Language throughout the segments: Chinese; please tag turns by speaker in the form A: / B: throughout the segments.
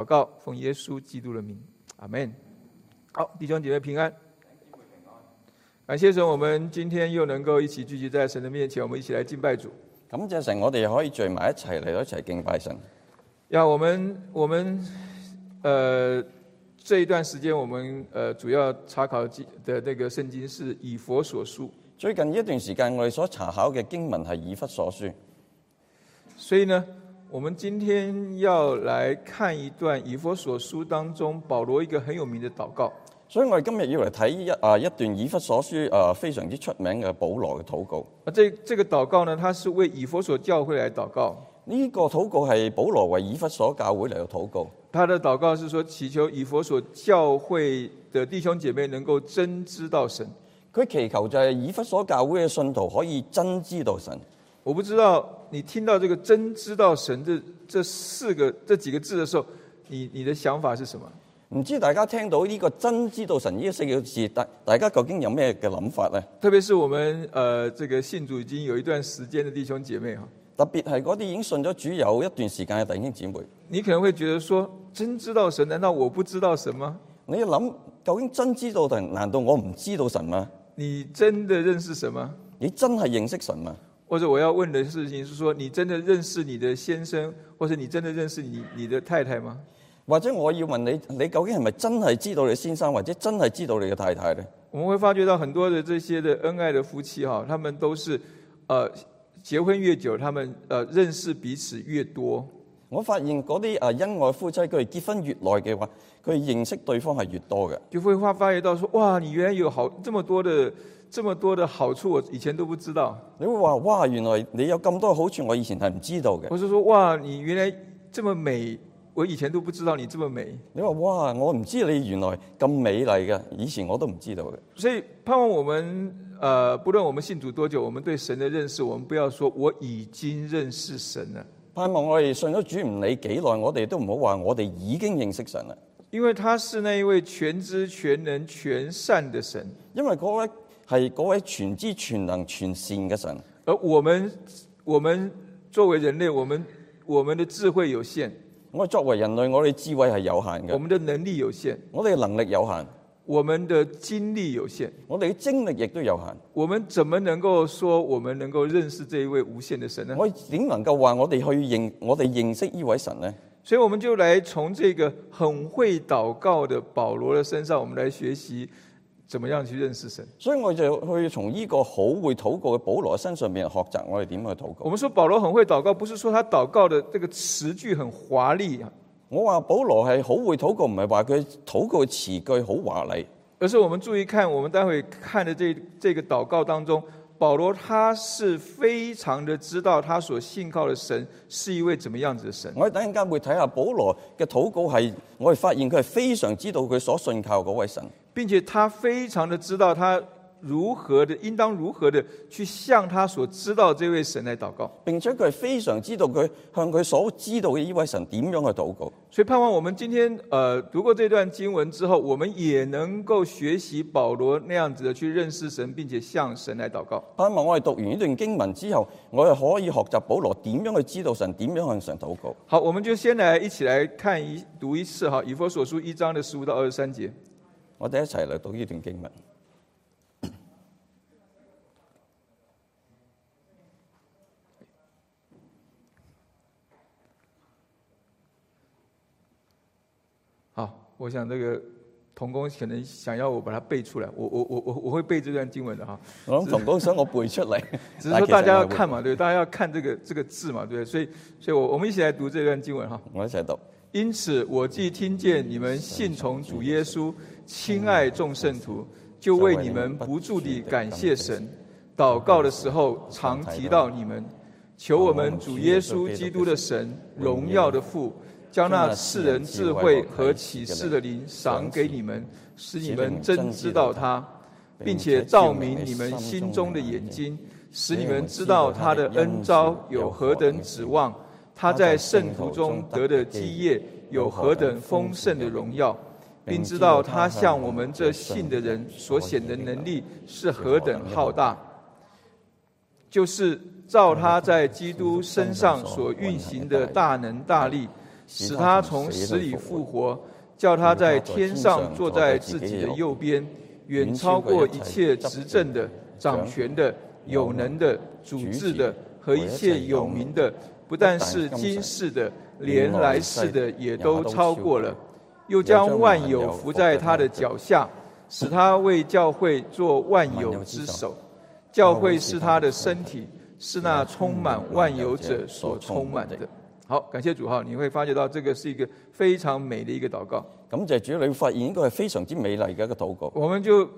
A: 祷告，奉耶稣基督的名，阿门。好，弟兄姐妹平安。感谢神，我们今天又能够一起聚集在神的面前，我们一起来敬拜主。
B: 感謝神，我哋可以聚埋一齊嚟到一齊敬拜神。
A: 呀，我们我们呃这一段时间，我们呃主要查考记的那个圣经是以佛所书，
B: 最近呢一段時間，我哋所查考嘅經文係以弗所書，
A: 所以呢，我们今天要来看一段以佛所书当中保罗一个很有名的祷告。
B: 所以我哋今日要嚟睇一啊一段以弗所書啊非常之出名嘅保羅嘅禱告。
A: 啊，这这个祷告呢，它是为以佛所教会来祷告。
B: 呢、個禱告係保羅為以弗所教會嚟到禱告。
A: 他的祷告是说，祈求以佛所教会的弟兄姐妹能够真知道神。
B: 佢祈求就係以弗所教會嘅信徒可以真知道神。
A: 我不知道你听到这个“真知道神这”这四个这几个字的时候，你你的想法是什么？
B: 唔知大家聽到呢個真知道神呢四個字，大大家究竟有咩嘅諗法呢？
A: 特别是我们呃这个信主已经有一段时间的弟兄姐妹哈，
B: 特別係嗰啲已經信咗主有一段時間嘅弟兄姊妹，
A: 你可能会觉得说，真知道神，难道我不知道神吗？
B: 你一諗究竟真知道神，難道我唔知道神嗎？
A: 你真的认识神吗？
B: 你真係認識神嗎？
A: 或者我要问的事情是说，你真的认识你的先生，或者你真的认识你你的太太吗？
B: 或者我要問你，你究竟係咪真係知道你先生，或者真係知道你嘅太太呢？
A: 我们会发觉到很多的这些的恩爱的夫妻哈，他们都是呃结婚越久，他们呃认识彼此越多。
B: 我發現嗰啲啊恩愛夫妻，佢哋結婚越耐嘅話，佢哋認識對方係越多嘅。
A: 就会发发觉到说，哇，你原来有好这么多的这么多的好处，我以前都不知道。
B: 你會話：哇，原來你有咁多好處，我以前係唔知道嘅。
A: 我是说，哇，你原来这么美，我以前都不知道你这么美。
B: 你話：哇，我唔知你原來咁美麗嘅，以前我都唔知道嘅。
A: 所以盼望我们呃，不论我们信主多久，我们对神的认识，我们不要说我已经认识神了，
B: 盼望我哋信咗主唔理幾耐，我哋都唔好話我哋已經認識神啦，
A: 因为他是那一位全知、全能、全善的神。
B: 因為嗰位係嗰位全知全能全善嘅神。
A: 而我们，我们作为人类，我们我们的智慧有限，
B: 我哋作為人類，我哋智慧係有限
A: 我
B: 嘅，
A: 们的能力有限，
B: 我哋嘅能力有限，
A: 我们的精力有限，
B: 我哋嘅精力亦都有限。
A: 我们怎么能够说我们能够认识这一位无限的神呢？
B: 我哋點能夠話我哋去認我哋認識呢位神呢？
A: 所以我们就来从这个很会祷告的保罗的身上，我们来学习怎么样去认识神。
B: 所以我就去從呢個好會禱告嘅保羅身上面學習我哋點去禱
A: 我
B: 告。
A: 们说保罗很会祷告，不是说他祷告的这个词句很华丽啊，
B: 我話保羅係好會禱告，唔係話佢禱告嘅詞句好華麗，
A: 而是我们注意看，我们待会看的这这个祷告当中，保罗他是非常的知道他所信靠的神是一位怎么样子的神。
B: 我哋等陣間會睇下保羅嘅禱告係，我哋發現佢係非常知道佢所信靠嗰位神，
A: 并且他非常的知道他如何的，应当如何的去向他所知道这位神来祷告。
B: 並且佢係非常知道佢向佢所知道嘅呢位神點樣去禱告。
A: 所以盼望我们今天呃读过这段经文之后，我们也能够学习保罗那样子的去认识神，并且向神来祷告。
B: 盼望我哋讀完呢段經文之後，我哋可以學習保羅點樣去知道神，點樣向神禱告。
A: 好，我们就先来一起来看一读一次哈，《以佛所书》一章的十五到二十三节。
B: 我哋一齊嚟讀呢段經文。
A: 好，我想这个童工可能想要我把它背出来，我我我我我会背这段经文的哈。
B: 我諗同工想我背出嚟，
A: 只是说大家要看
B: 嘛，
A: 嘛，对，大家要看这个这个字嘛，对，所以，所以我我们一起来读这段经文哈。
B: 我一齊讀。
A: 因此，我既听见你们信从主耶稣，亲爱众圣徒，就为你们不住地感谢神。祷告的时候常提到你们，求我们主耶稣基督的神，荣耀的父，将那世人智慧和启示的灵赏给你们，使你们真知道他，并且照明你们心中的眼睛，使你们知道他的恩招有何等指望。他在圣徒中得的基业有何等丰盛的荣耀，并知道他向我们这信的人所显的能力是何等浩大，就是照他在基督身上所运行的大能大力，使他从死里复活，叫他在天上坐在自己的右边，远超过一切执政的、掌权的、有能的、主治的和一切有名的，不但是今世的，连来世的也都超过了。又将万有伏在他的脚下，使他为教会做万有之首。教会是他的身体，是那充满万有者所充满的。好，感谢主哈！你会发觉到这个是一个非常美的一个祷告。
B: 咁就係主要你會發現呢個係非常之美麗嘅一個禱告。
A: 我们就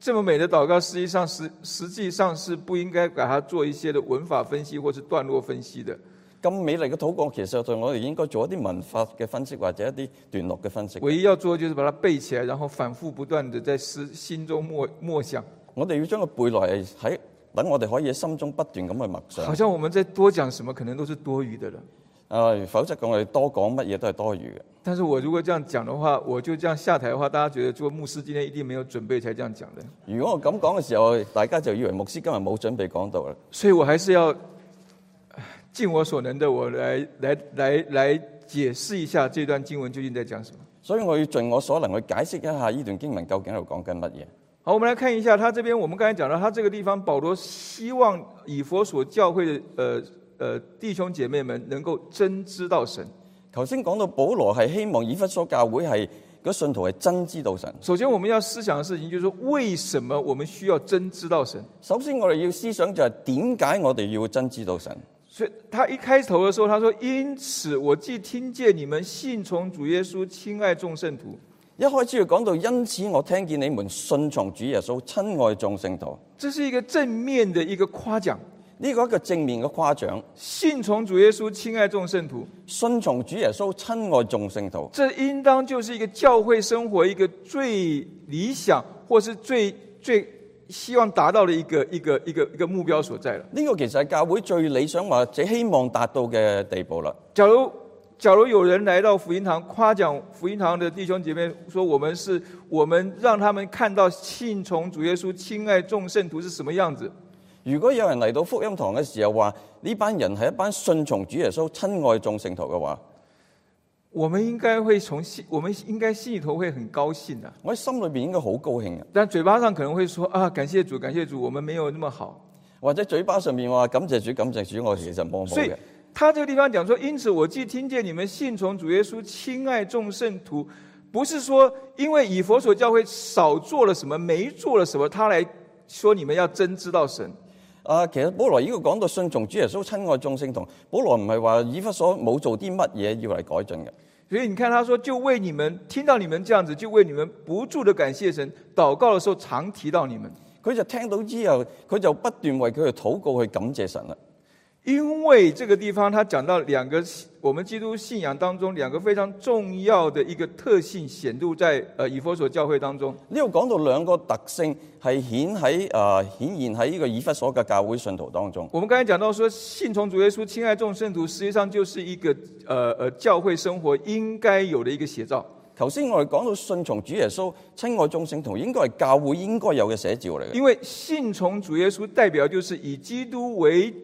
A: 这么美的祷告，实际上实实际上是不应该把它做一些的文法分析或是段落分析的。
B: 咁美麗嘅禱告，其實對我哋應該做一啲文法嘅分析，或者一啲段落嘅分析。
A: 唯一要做的就是把它背起来，然后反复不断的在思心中默默想。
B: 我哋要將佢背落嚟喺，等我哋可以喺心中不斷咁去默想
A: 好。像我们在多讲什么，可能都是多余的了。
B: 啊，否則我哋多講乜嘢都係多餘嘅。
A: 但是我如果这样讲的话，我就这样下台的话，大家觉得做牧师今天一定没有准备才这样讲的，
B: 如果我咁講嘅時候，大家就以為牧師今日冇準備講道啦。
A: 所以我还是要唉尽我所能的，我来来来来解释一下这段经文究竟在讲什么。
B: 所以我要盡我所能去解釋一下呢段經文究竟喺度講緊乜嘢。
A: 好，我们来看一下他这边，我们刚才讲到他这个地方，保罗希望以佛所教会的呃呃弟兄姐妹们能够真知道神。
B: 頭先講到保羅係希望以弗所教會係嗰信徒係真知道神。
A: 首先，我们要思想的事情就是说，为什么我们需要真知道神？
B: 首先我哋要思想就係點解我哋要真知道神。
A: 所以他一开头的时候，他说：“因此，我既听见你们信从主耶稣，亲爱众圣徒。
B: 一開始佢講到，因此我聽見你們信從主耶穌，親愛眾聖徒，”
A: 这是一个正面的一个夸奖。
B: 呢個一個正面嘅誇獎。
A: 信从主耶稣，亲爱众圣徒，
B: 信從主耶穌，親愛眾聖徒，
A: 这应当就是一个教会生活一个最理想或是最最希望达到的一个一个一个一个目标所在了。
B: 呢、個其實係教會最理想或者希望達到嘅地步啦。
A: 假如假如有人来到福音堂夸奖福音堂的弟兄姐妹说我们是我们让他们看到信从主耶稣亲爱众圣徒是什么样子，
B: 如果有人嚟到福音堂嘅時候話呢班人係一班信從主耶穌、親愛眾聖徒嘅話，
A: 我们应该会从心我们应该心里头会很高兴的、
B: 我喺心裏面應該好高興嘅，
A: 但嘴巴上可能会说啊感谢主感谢主我们没有那么好，
B: 或者嘴巴上面話感謝主、感謝主，我其實冇好
A: 所以
B: 嘅。
A: 他这个地方讲说，因此我既听见你们信从主耶稣，亲爱众圣徒，不是说因为以佛所教会少做了什么，没做了什么，他来说你们要真知道神。
B: 啊，其實保羅呢個講到信從主耶穌、親愛眾聖徒，保羅唔係話以弗所冇做啲乜嘢要嚟改進嘅。
A: 所以你看，他说就为你们听到你们这样子，就为你们不住的感谢神。祷告的时候常提到你们，
B: 佢就聽到之後，佢就不斷為佢哋禱告去感謝神啦。
A: 因为这个地方他讲到两个我们基督信仰当中两个非常重要的一个特性显露在呃以佛所教会当中。
B: 呢度講到兩個特性係顯喺啊顯現喺呢個以弗所嘅教會信徒當中。
A: 我们刚才讲到说，信从主耶稣、亲爱众圣徒，实际上就是一个呃呃教会生活应该有的一个寫照。
B: 頭先我哋講到信從主耶穌、親愛眾聖徒，應該係教會應該有嘅寫照嚟嘅。
A: 因为信从主耶稣代表就是以基督为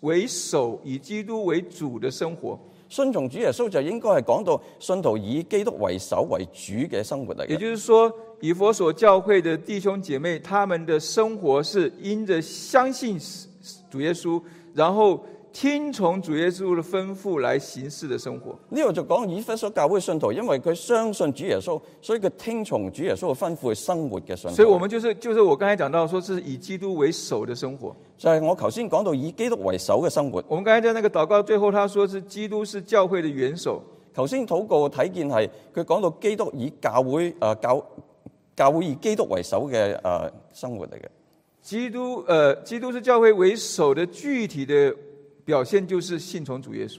A: 为首、以基督为主的生活，
B: 信從主耶穌就應該係講到信徒以基督為首為主嘅生活嚟
A: 也
B: 嘅。
A: 就是说，以佛所教会的弟兄姐妹，他们的生活是因着相信主耶稣，然后听从主耶稣的吩咐来行事的生活。
B: 呢度就講以弗所教會信徒，因為佢相信主耶穌，所以佢聽從主耶穌嘅吩咐去生活嘅信徒。
A: 所以，我们就是就是我刚才讲到说，是以基督为首的生活。
B: 就係我頭先講到以基督為首嘅生活。
A: 我们刚才在那个祷告最后，他说是基督是教会的元首，
B: 頭先禱告睇見係佢講到基督以教會誒、呃教教會以基督為首嘅誒、呃生活嚟嘅。
A: 基督呃，基督是教会为首的具体的表现就是信从主耶稣。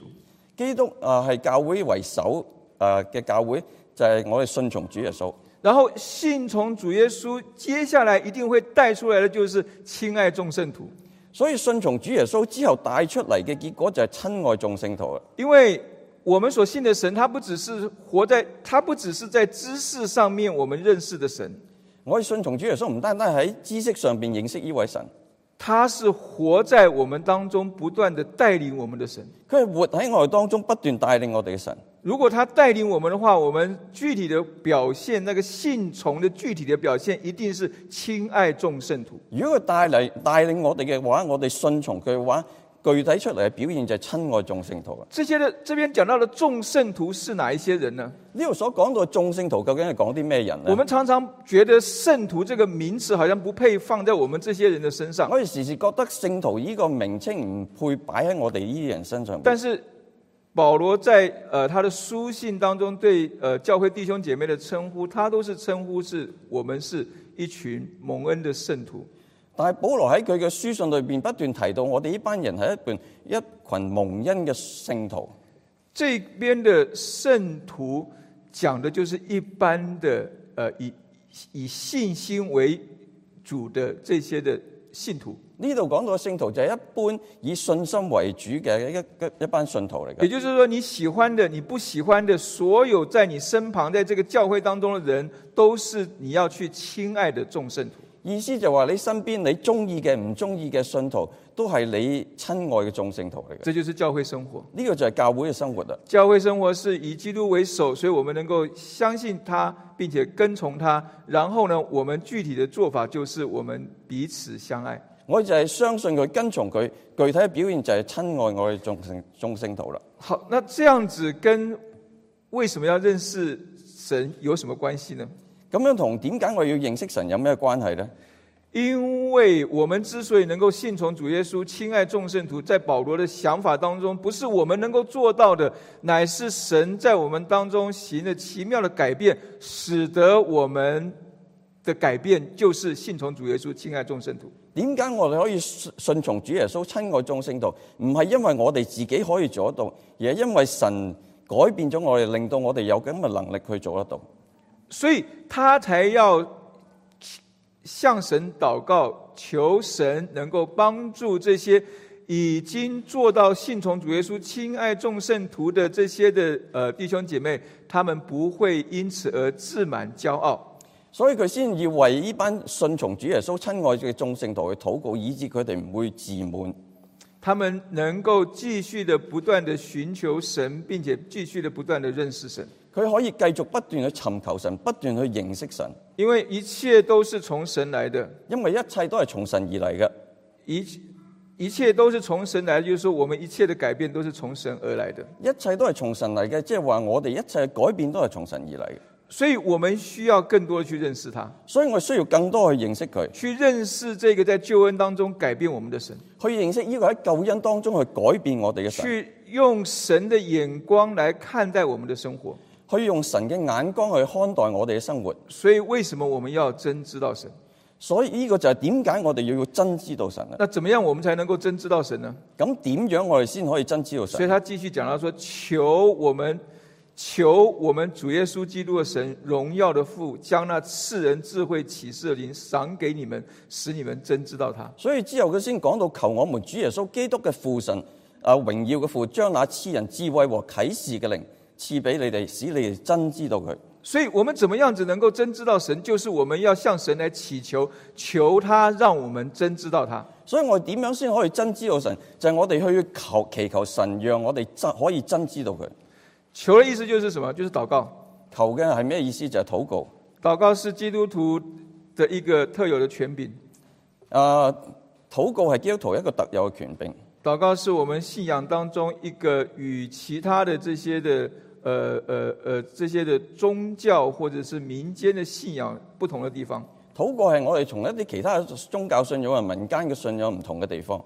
B: 基督誒呃係、教會為首呃誒嘅、教會，就係、我哋信從主耶穌。
A: 然后信从主耶稣，接下来一定会带出来的就是亲爱众圣徒，
B: 所以信從主耶穌之後帶出嚟嘅結果就係親愛眾聖徒啦。
A: 因为我们所信的神，他不只是活在，他不只是在知识上面我们认识的神，
B: 我哋信從主耶穌唔單單喺知識上邊認識呢位神，
A: 他是活在我们当中，不断的带领我们的神。
B: 佢係活喺我哋當中，不斷帶領我哋嘅神。
A: 如果他带领我们的话，我们具体的表现，那个信从的具体的表现，一定是亲爱众圣徒。
B: 如果佢帶嚟帶領我哋嘅話，我哋信從佢嘅話，具體出嚟嘅表現就係親愛眾聖徒啦。
A: 这些的这边讲到的众圣徒是哪一些人呢？
B: 呢度所講到嘅眾聖徒究竟係講啲咩人
A: 我
B: 呢？
A: 们常常觉得圣徒这个名词好像不配放在我们这些人的身上，
B: 我哋時時覺得聖徒呢個名稱唔配擺喺我哋呢啲人身上邊。
A: 但是保罗在呃他的书信当中对呃教会弟兄姐妹的称呼，他都是称呼是我们是一群蒙恩的圣徒。
B: 但係保羅喺佢嘅書信裏邊不斷提到，我哋呢班人係一段一群蒙恩嘅聖徒。
A: 这边的圣徒讲的就是一般的呃以以信心为主的这些的信徒，
B: 呢度講到嘅聖徒就係一般以信心為主嘅一一一班信徒嚟
A: 也
B: 嘅。
A: 就是说你喜欢的、你不喜欢的，所有在你身旁在这个教会当中的人，都是你要去亲爱的众圣徒。
B: 意思就話你身邊你中意嘅、唔中意嘅信徒，都係你親愛嘅眾聖徒嚟嘅。
A: 这就是教会生活。
B: 呢、個就係教會嘅生活啦。
A: 教会生活是以基督为首，所以我们能够相信他，并且跟从他。然后呢，我们具体的做法就是我们彼此相爱。
B: 我就係相信佢，跟從佢。具體嘅表現就係親愛我嘅眾聖眾聖徒啦。
A: 好，那这样子跟为什么要认识神有什么关系呢？
B: 咁樣同點解我要認識神有咩關係呢？
A: 因为我们之所以能够信从主耶稣、亲爱众圣徒，在保罗的想法当中，不是我们能够做到的，乃是神在我们当中行了奇妙的改变，使得我们的改变就是信从主耶稣、亲爱众圣徒。
B: 點解我哋可以信信從主耶穌親愛眾聖徒？唔係因為我哋自己可以做得到，而係因為神改變咗我哋，令到我哋有咁嘅能力去做得到。
A: 所以他才要向神祷告，求神能够帮助这些已经做到信从主耶稣、亲爱众圣徒的这些的呃弟兄姐妹，他们不会因此而自满骄傲。
B: 所以佢先要為呢班信從主耶穌親愛嘅眾聖徒去禱告，以致佢哋唔會自滿。
A: 他们能够继续的不断的寻求神，并且继续的不断的认识神，
B: 佢可以繼續不斷去尋求神，不斷去認識神，
A: 因为一切都是从神来的，
B: 因為一切都係從神而嚟嘅。
A: 一一切都是从神来的，就是说我们一切的改变都是从神而来的。
B: 一切都係從神嚟嘅，即係話我哋一切改變都係從神而嚟嘅，
A: 所以我们需要更多的去认识他，
B: 所以我需要更多去認識佢，
A: 去认识这个在救恩当中改变我们的神，
B: 去認識呢個喺救恩當中去改變我哋嘅神，
A: 去用神的眼光来看待我们的生活。
B: 去用神嘅眼光去看待我哋嘅生活。
A: 所以，为什么我们要真知道神？
B: 所以呢個就係點解我哋要真知道神啦。啊
A: 那怎么样我们才能够真知道神呢？
B: 咁點樣我哋先可以真知道
A: 所以
B: 神？
A: 他继续讲到说：“求我们，求我们主耶稣基督的神荣耀的父，将那世人智慧启示的灵赏给你们，使你们真知道他。”
B: 所以之後佢先講到求我們主耶穌基督嘅父神啊榮耀嘅父，將那賜人智慧和啟示嘅靈賜俾你哋，使你哋真知道佢。
A: 所以我们怎么样子能够真知道神，就是我们要向神来祈求，求他让我们真知道他。
B: 所以我點樣先可以真知道神？就係、我哋去求祈求神，讓我哋真可以真知道佢。
A: 求的意思就是什么？就是祷告。
B: 求嘅係咩意思？就係、禱告。
A: 祷告是基督徒的一个特有的权柄，
B: 啊、禱告係基督徒一個特有嘅權柄。
A: 祷告是我们信仰当中一个与其他的这些的呃呃呃这些的宗教或者是民间的信仰不同的地方。
B: 禱告係我哋從一啲其他宗教信仰或民間嘅信仰唔同嘅地方。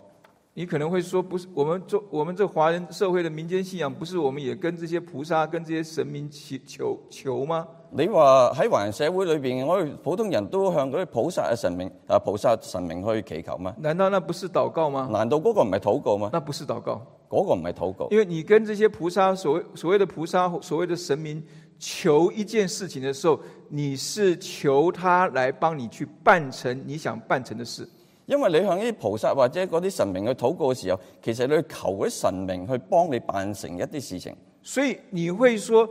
A: 你可能会说，不是我们中我们这华人社会的民间信仰，不是我们也跟这些菩萨、跟这些神明祈求求吗？
B: 你話喺華人社會裏邊，我哋普通人都向嗰啲菩薩嘅神明啊菩薩神明去祈求咩？
A: 难道那不是祷告吗？
B: 難道嗰個唔係禱告嗎？
A: 那不是祷告，
B: 嗰、個唔係禱告。
A: 因为你跟这些菩萨所谓所谓的菩萨、所谓的神明求一件事情的时候，你是求他来帮你去办成你想办成的事。
B: 因為你向呢啲菩薩或者嗰啲神明去禱告嘅時候，其實你去求嗰啲神明去幫你辦成一啲事情。
A: 所以你会说，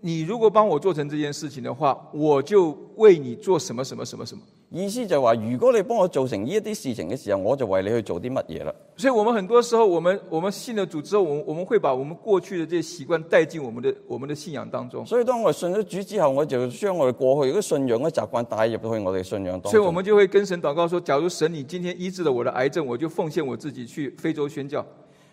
A: 你如果帮我做成这件事情的话，我就为你做什么什么什么什么。
B: 意思就係話，如果你幫我做成呢一啲事情嘅時候，我就為你去做啲乜嘢啦。
A: 所以，我们很多时候，我们我们信了主之后，我们我们会把我们过去的这些习惯带进我们的我们的信仰当中。
B: 所以當我信咗主之後，我就將我哋過去嗰啲信仰嘅習慣帶入到去我哋信仰當
A: 所以，我
B: 中。
A: 们就会跟神祷告说：“假如神，你今天医治了我的癌症，我就奉献我自己去非洲宣教。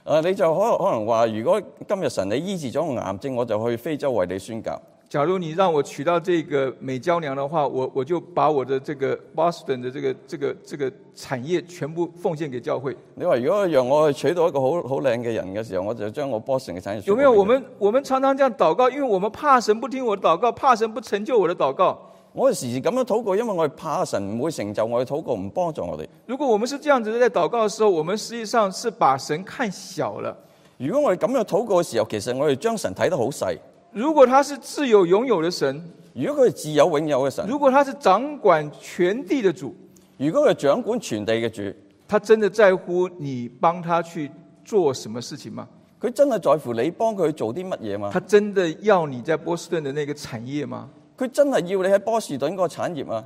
B: 啊，你就可可能話，如果今日神你醫治咗我癌症，我就去非洲為你宣教。
A: 假如你让我娶到这个美娇娘的话，我我就把我的这个 Boston 的这个这个这个产业全部奉献给教会。”
B: 你話如果讓我去娶到一個好好靚嘅人嘅時候，我就將我 boss 嘅產業
A: 有没有？我
B: 全部俾佢
A: 们我们常常这样祷告，因为我们怕神不听我的祷告，怕神不成就我的祷告。
B: 我哋時時咁樣禱告，因為我哋怕神唔會成就我哋禱告，唔幫助我哋。
A: 如果我们是这样子在祷告的时候，我们实际上是把神看小了。
B: 如果我哋咁樣禱告嘅時候，其實我哋將神睇得好細。
A: 如果他是自有永有的神，
B: 如果佢係自有永有嘅神，
A: 如果他是掌管全地的主，
B: 如果佢係掌管全地嘅主，
A: 他真的在乎你帮他去做什么事情吗？
B: 佢真係在乎你幫佢做啲乜嘢嘛？
A: 他真的要你在波士顿的那个产业吗？
B: 佢真係要你喺波士頓嗰個產業啊！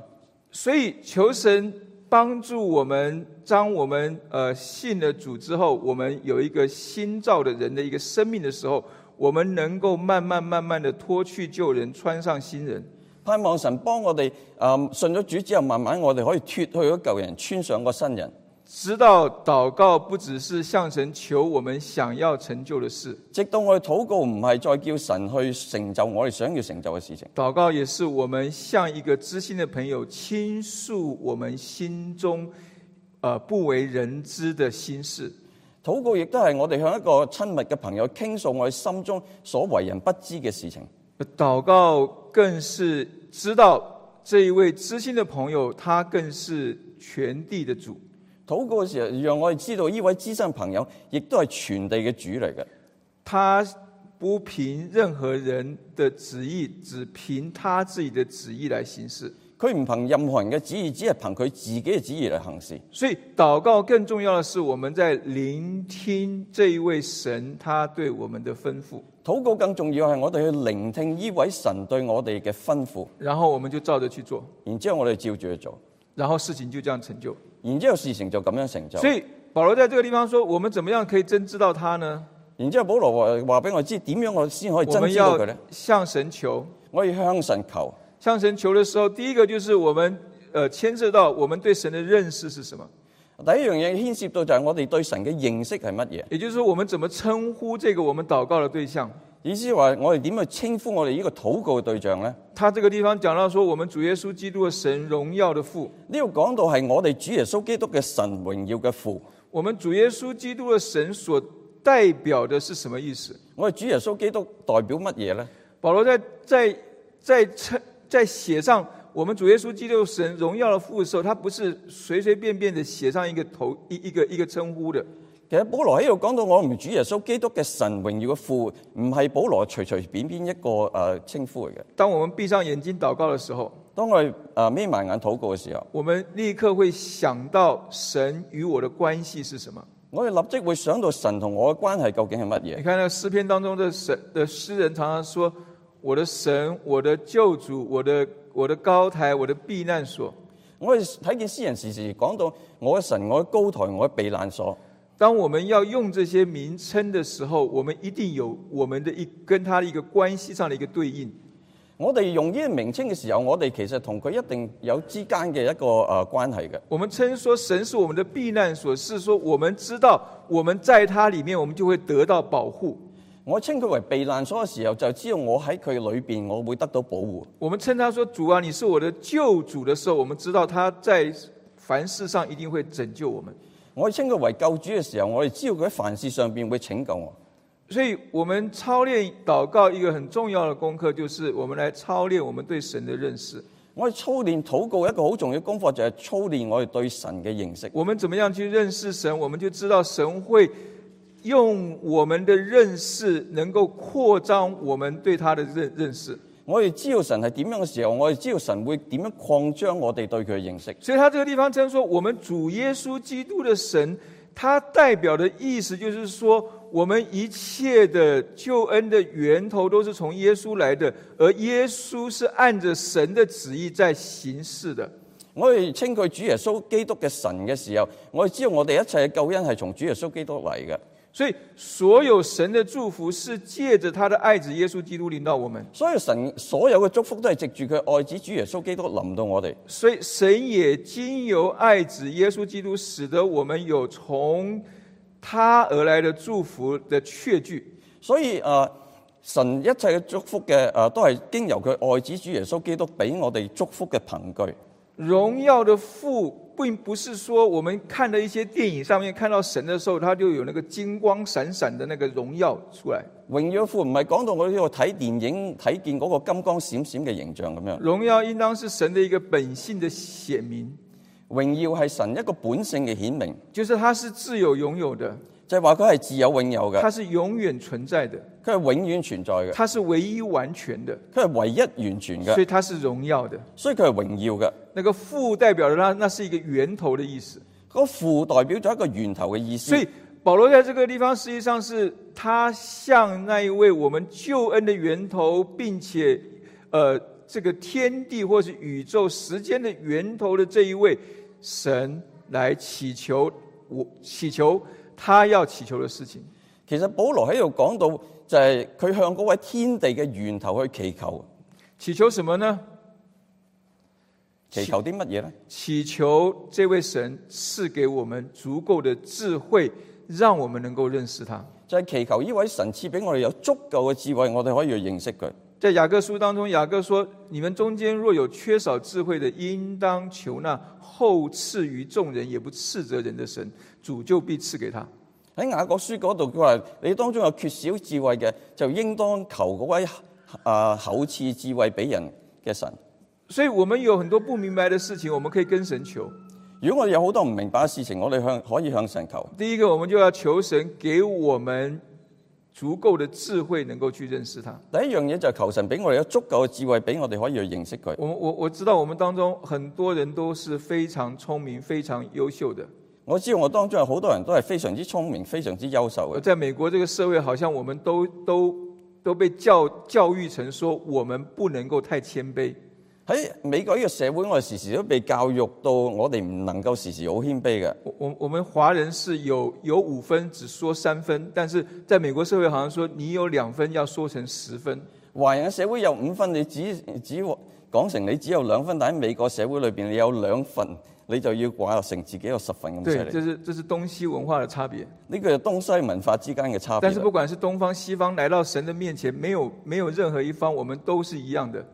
A: 所以求神帮助我们，当我们呃信了主之后，我们有一个新造的人的一个生命的时候，我们能够慢慢慢慢的脱去旧人，穿上新人。
B: 盼望神幫我哋，嗯，信咗主之後，慢慢我哋可以脱去嗰舊人，穿上個新人，
A: 直到祷告不只是向神求我们想要成就的事，
B: 直到我哋禱告唔係再叫神去成就我哋想要成就嘅事情。
A: 祷告也是我们向一个知心的朋友倾诉我们心中呃不为人知的心事。
B: 禱告亦都係我哋向一個親密嘅朋友傾訴我哋心中所為人不知嘅事情。
A: 祷告更是知道这一位知心的朋友，他更是全地的主。
B: 禱告嘅時候，讓我哋知道呢位資深朋友亦都係全地嘅主嚟嘅。
A: 他不凭任何人的旨意，只凭他自己的旨意来行事。
B: 佢唔憑任何人嘅旨意，只係憑佢自己嘅旨意嚟行事。
A: 所以，祷告更重要的是我们在聆听这一位神他对我们的吩咐，
B: 禱告更重要係我哋去聆聽呢位神對我哋嘅吩咐，
A: 然后我们就照着去做，
B: 然之後我哋照住去做，
A: 然后事情就这样成就。
B: 然之後事情就咁樣成就。
A: 所以，保罗在这个地方说：我们怎么样可以真知道他呢？
B: 然之後保羅話話俾我知點樣我先可以
A: 我
B: 真
A: 们
B: 知道
A: 要
B: 佢呢？
A: 向神求，
B: 我要向神求。
A: 向神求的时候，第一个就是我们呃牵涉到我们对神的认识是什么，
B: 第一樣嘢牽涉到就係我哋對神嘅認識係乜嘢，
A: 也就是说我们怎么称呼这个我们祷告的对象。
B: 意思話我哋點去稱呼我哋呢個禱告嘅對象呢？
A: 他这个地方讲到说，我们主耶稣基督的神荣耀的父，
B: 呢度講到係我哋主耶穌基督嘅神榮耀嘅父，
A: 我们主耶穌基督的神所代表的是什么意思？
B: 我哋主耶穌基督代表乜嘢呢？
A: 保罗在在在称在写上我们主耶稣基督神荣耀的父的时候，他不是随随便便的写上一个头一一个一个称呼的，
B: 其實保羅喺度講到我唔主耶穌基督嘅神榮耀嘅父，唔係保羅隨隨便便一個誒稱呼嚟嘅。
A: 当我们闭上眼睛祷告的时候，
B: 當我哋誒眯埋眼禱告嘅時候，
A: 我们立刻会想到神与我的关系是什么。
B: 我哋立即會想到神同我嘅關係究竟係乜
A: 你
B: 嘢？
A: 看那诗篇当中的神的诗人常常说：“我的神，我的救主，我的我的高台，我的避难所。
B: 我哋睇見詩人時時講到我嘅神，我嘅高台，我嘅避難所。”
A: 当我们要用这些名称的时候，我们一定有我们的一跟他的一个关系上的一个对应。
B: 我哋用呢啲名稱嘅時候，我哋其實同佢一定有之間嘅一個誒關係嘅。
A: 我们称说神是我们的避难所，是说我们知道我们在他里面，我们就会得到保护。
B: 我稱佢為避難所嘅時候，就知道我喺佢裏邊，我會得到保護。
A: 我们称他说主啊，你是我的救主的时候，我们知道他在凡事上一定会拯救我们。
B: 我稱佢為救主嘅時候，我哋知道佢喺凡事上邊會拯救我。
A: 所以，我们操练祷告一个很重要的功课，就是我们来操练我们对神的认识。
B: 我哋操練禱告一個好重要功課就係操練我哋對神嘅認識。
A: 我们怎么样去认识神，我们就知道神会用我们的认识，能够扩张我们对他的认认识。
B: 我哋知道神係點樣嘅時候，我哋知道神會點樣擴張我哋對佢嘅認識。
A: 所以，他这个地方称说，我们主耶稣基督的神，他代表的意思就是说，我们一切的救恩的源头都是从耶稣来的，而耶稣是按着神的旨意在行事的。
B: 我哋稱佢主耶穌基督嘅神嘅時候，我哋知道我哋一切嘅救恩係從主耶穌基督嚟嘅。
A: 所以，所有神的祝福是借着他的爱子耶稣基督领到我们。
B: 所有神所有嘅祝福都係藉住佢愛子主耶穌基督臨到我哋。
A: 所以，神也经由爱子耶稣基督，使得我们有从他而来的祝福的确据。
B: 所以誒、呃神一切嘅祝福嘅誒、呃都係經由佢愛子主耶穌基督俾我哋祝福嘅憑據。
A: 荣耀的父，并不是说我们看的一些电影上面看到神的时候，他就有那个金光闪闪的那个荣耀出来。
B: 榮耀父唔係講到我呢度睇電影睇見嗰個金光閃閃嘅形象咁樣。
A: 荣耀应当是神的一个本性的显明，
B: 榮耀係神一個本性嘅顯明，
A: 就是他是自有永有的，
B: 就係話佢係自有永有嘅，
A: 他是永远存在的，
B: 佢係永遠存在嘅，
A: 他是唯一完全的，
B: 佢係唯一完全
A: 所
B: 嘅，
A: 以他是荣耀的。
B: 所以佢係榮耀嘅。
A: 那个父代表着他，那是一个源头的意思。
B: 嗰父代表咗一個源頭嘅意思
A: 所，以保罗在这个地方实际上是他向那一位我们救恩的源头，并且呃这个天地或是宇宙时间的源头的这一位神来祈求我祈求他要祈求的事情。
B: 其實保羅喺度講到就係佢向嗰位天地嘅源頭去祈求，
A: 祈求什么呢？
B: 祈求啲乜嘢呢？
A: 祈求这位神赐给我们足够的智慧，让我们能够认识他。
B: 就係、祈求呢位神賜俾我哋有足夠嘅智慧，我哋可以去認識佢。
A: 在雅各书当中，雅各说：“你们中间若有缺少智慧的，应当求那后赐于众人也不斥责人的神，主就必赐给他。
B: 喺雅各書嗰度，佢話：你當中有缺少智慧嘅，就應當求嗰位啊厚賜智慧俾人嘅神。”
A: 所以，我们有很多不明白的事情，我们可以跟神求。
B: 如果我哋有好多唔明白嘅事情，我哋向可以向神求。
A: 第一个，我们就要求神给我们足够的智慧，能够去认识他。
B: 第一樣嘢就係求神俾我哋有足夠嘅智慧，俾我哋可以去認識佢。
A: 我们我我知道，我们当中很多人都是非常聪明、非常优秀的。
B: 我知道我當中有好多人都係非常之聰明、非常之優秀
A: 呃
B: 嘅。
A: 在美国这个社会，好像我们都都都被教教育成说，我们不能够太谦卑。
B: 喺美國呢個社會，我哋時時都被教育到，我哋唔能夠時時好謙卑嘅。
A: 我我我们华人是有有五分只说三分，但是在美国社会好像说你有两分要说成十分，
B: 華人嘅社會有五分，你只只講成你只有兩分，但喺美國社會裏邊，你有兩份，你就要話成自己有十份咁犀
A: 对，
B: 利。
A: 这嗯是这是东西文化的差别。
B: 呢個係東西文化之間嘅差
A: 但是
B: 別
A: 不
B: 啦。
A: 管是东方西方，来到神的面前，没有没有任何一方，我们都是一样的。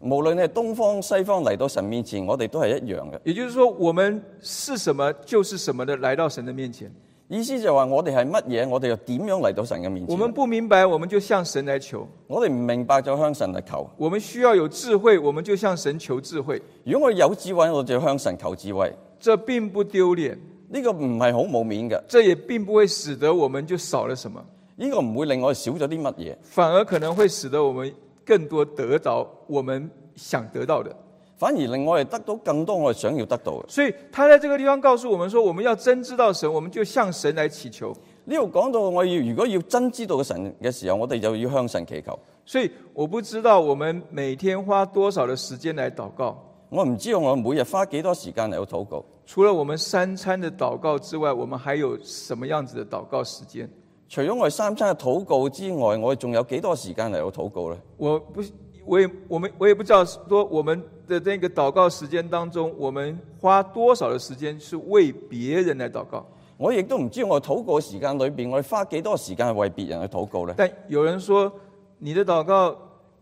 B: 無論你係東方西方嚟到神面前，我哋都係一樣嘅。
A: 也就是说，我们是什么就是什么的来到神的面前。
B: 意思就係話，我哋係乜嘢，我哋又點樣嚟到神嘅面
A: 我
B: 前？
A: 们不明白，我们就向神来求；
B: 我哋唔明白就向神嚟求。
A: 我们需要有智慧，我们就向神求智慧。
B: 如果我哋有智慧，我就向神求智慧。
A: 这并不丢脸，
B: 呢、個唔係好冇面嘅，
A: 这也并不会使得我们就少了什么。
B: 呢、個唔會令我哋少咗啲乜嘢，
A: 反而可能会使得我们更多得到我们想得到的。
B: 反而令我哋得到更多我哋想要得到嘅。
A: 所以他在这个地方告诉我们说，我们要真知道神，我们就向神来祈求。
B: 呢度講到我要如果要真知道神嘅時候，我哋就要向神祈求。
A: 所以我不知道我们每天花多少的时间来祷告，
B: 我唔知道我每日花幾多時間嚟到禱告，
A: 除了我们三餐的祷告之外，我们还有什么样子的祷告时间？
B: 除咗我哋三餐嘅禱告之外，我哋仲有幾多時間嚟到禱告呢？
A: 我不，我也我们我也不知道说我们的那个祷告时间当中，我们花多少的时间是为别人来祷告。
B: 我亦都唔知道我禱告嘅時間裏邊，我哋花幾多時間係為別人去禱告呢？
A: 但有人说，你的祷告，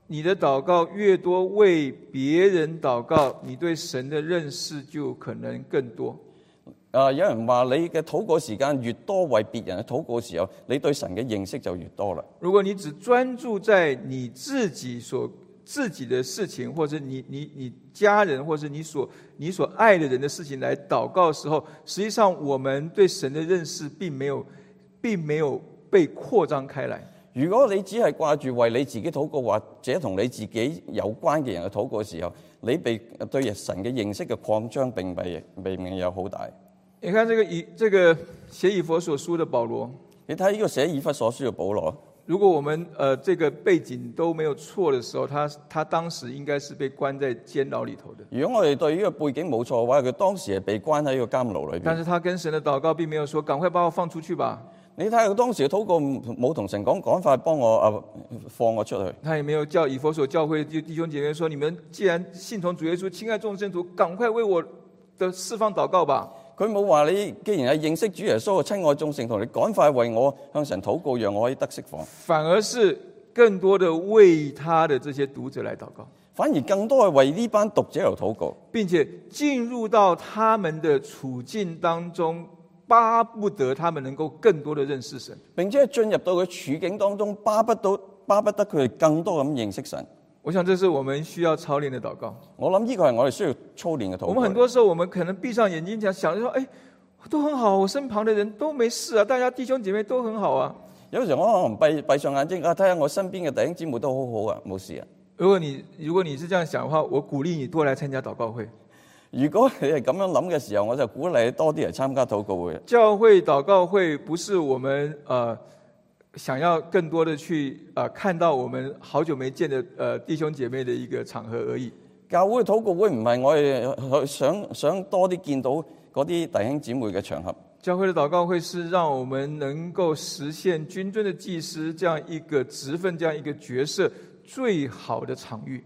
A: 你的祷告越多，为别人祷告，你对神的认识就可能更多。
B: 啊、有人話你嘅禱告時間越多，為別人去禱告嘅時候，你對神嘅認識就越多啦。
A: 如果你只专注在你自己所自己的事情，或者你你你家人，或者你所你所爱的人的事情来祷告的时候，实际上我们对神的认识并没有，并没有被扩张开来。
B: 如果你只係掛住為你自己禱告，或者同你自己有關嘅人去禱告嘅時候，你被對神嘅認識嘅擴張並未並未有好大。
A: 你看这个以这个写以佛所书的保罗，
B: 你睇呢個寫以弗所書嘅保羅，
A: 如果我们呃这个背景都没有错的时候，他他当时应该是被关在监牢里头的。
B: 如果我哋對呢個背景冇錯嘅話，佢當時係被關喺個監牢裏
A: 但
B: 邊。
A: 是他跟神的禱告並没有说“赶快把我放出去吧
B: 你睇下佢當時嘅禱告冇同神講，趕快幫我啊放我出去。”，
A: 他也没有叫以佛所教会的弟兄姐妹说：“你们既然信从主耶稣，亲爱众圣徒，赶快为我的释放祷告吧。
B: 佢冇話你，既然係認識主耶穌嘅親愛眾聖徒，你趕快為我向神禱告，讓我可以得釋放”。
A: 反而是更多的为他的这些读者来祷告，
B: 反而更多係為呢班讀者嚟禱告，
A: 并且进入到他们的处境当中，巴不得他们能够更多的认识神。
B: 並且進入到佢處境當中，巴不到巴不得佢哋更多咁認識神。
A: 我想这是我们需要操练的祷告。
B: 我諗呢個係我哋需要操練嘅
A: 我
B: 禱
A: 们很
B: 告。
A: 多时候，我们可能闭上眼睛想想着说，哎，都很好，我身旁的人都没事啊，大家弟兄姐妹都很好啊。
B: 有時我可能閉閉上眼睛啊，睇下我身邊嘅弟兄姊妹都好好啊，冇事啊。
A: 如果你如果你是这样想的话，我鼓励你多来参加祷告会。
B: 如果你係咁樣諗嘅時候，我就鼓勵你多啲嚟參加禱告會。
A: 教会祷告会不是我们呃想要更多的去呃看到我们好久没见的呃弟兄姐妹的一个场合而已。
B: 教會禱告會唔係我哋 想想多啲見到嗰啲弟兄姊妹嘅場合。
A: 教会的祷告会是让我们能够实现君尊的祭司这样一个职分、这样一个角色最好的场域。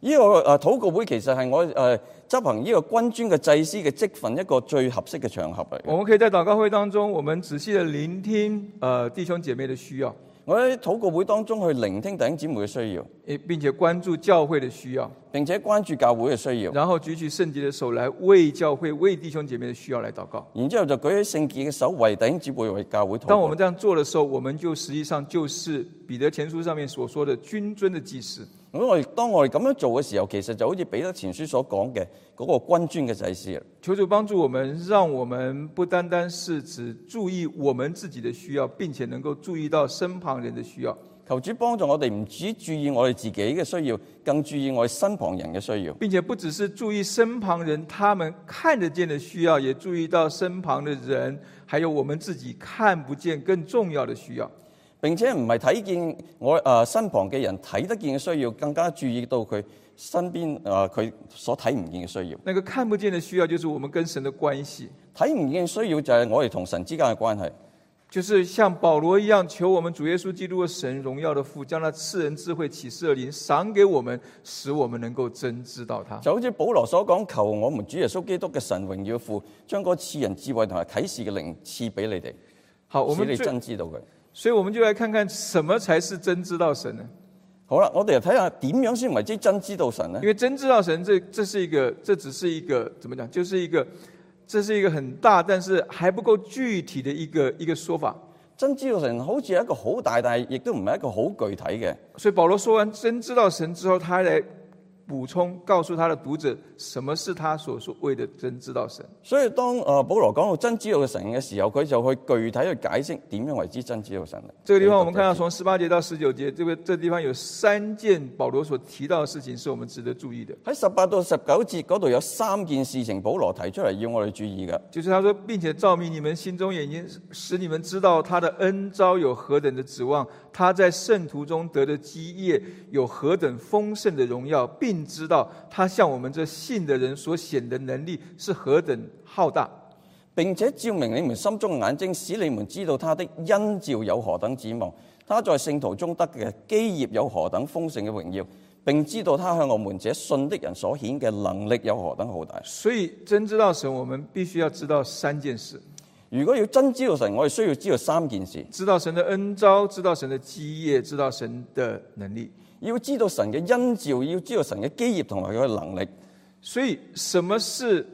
B: 呢、個誒禱告會其實係我誒執行呢個君尊嘅祭司嘅職份一個最合適嘅場合嚟嘅。
A: 我们可以在祷告会当中，我们仔细的聆听呃弟兄姐妹的需要，
B: 我喺禱告會當中去聆聽弟兄姊妹嘅需要，
A: 也并且关注教会的需要，
B: 並且關注教會嘅需要，
A: 然后举起圣洁的手来为教会、为弟兄姐妹的需要来祷告。
B: 然之後就舉起聖潔嘅手為弟兄姊妹為教會禱
A: 当我们
B: 告。
A: 这样做的時候，我们就實際上就是彼得前書上面所說的君尊的祭司。
B: 咁我哋當我哋咁樣做嘅時候，其實就好似彼得前書所講嘅嗰個君尊嘅祭司啦。
A: 求主幫助我們，讓我們不單單是只注意我們自己的需要，並且能夠注意到身旁人的需要，
B: 求主幫助我哋，唔止注意我哋自己嘅需要，更注意我哋身旁人嘅需要。
A: 並且不只是注意身旁人他們看得見的需要，也注意到身旁的人，還有我們自己看不見更重要的需要。
B: 並且唔係睇見我誒、呃身旁嘅人睇得見嘅需要，更加注意到佢身邊誒佢、所睇唔見嘅需要。
A: 那個看不見的需要，就是我們跟神的關係。
B: 睇唔見嘅需要就係我哋同神之間嘅關係。
A: 就是像保罗一样，求我们主耶稣基督的神荣耀的父，将那赐人智慧启示的灵赏给我们，使我们能够真知道他。
B: 就好似保羅所講，求我們主耶穌基督嘅神榮耀父，將嗰賜人智慧同埋啟示嘅靈賜俾你哋，
A: 好，我
B: 使
A: 们
B: 你
A: 最，
B: 真知道佢。
A: 所以我们就来看看什么才是真知道神呢？
B: 好啦，我哋嚟睇下點樣先為之真知道神呢
A: 因？为真知道神这这是一个，这只是一个怎么讲？就是一个，这是一个很大，但是还不够具体的一个一个说法。
B: 真知道神好似係一個好大，但係亦都唔係一個好具體嘅。
A: 所以保罗说完真知道神之后，他还来补充告诉他的读者，什么是他所所谓的真知道神。
B: 所以當誒保羅講到真知道嘅神嘅時候，佢就去具體去解釋點樣為之真知道神。
A: 这个地方我们
B: 哎
A: 看到，从十八节到十九节，这个这地方有三件保罗所提到的事情是我们值得注意的。
B: 喺十八到十九節嗰度有三件事情，保羅提出嚟要我哋注意嘅。
A: 就是他说，并且照明你们心中眼睛，使你们知道他的恩招有何等的指望，他在圣徒中得的基业有何等丰盛的荣耀，并知道他向我们这信的人所显的能力是何等浩大。
B: 並且照明你們心中嘅眼睛，使你們知道他的恩召有何等指望，他在聖徒中得嘅基業有何等豐盛嘅榮耀，並知道他向我們這信的人所顯嘅能力有何等浩大。
A: 所以真知道神，我们必须要知道三件事：
B: 如果要真知道神，我哋需要知道三件事：
A: 知道神的恩招，知道神的基业，知道神的能力。
B: 要知道神嘅恩召，要知道神嘅基業同埋佢嘅能力。
A: 所以，什么是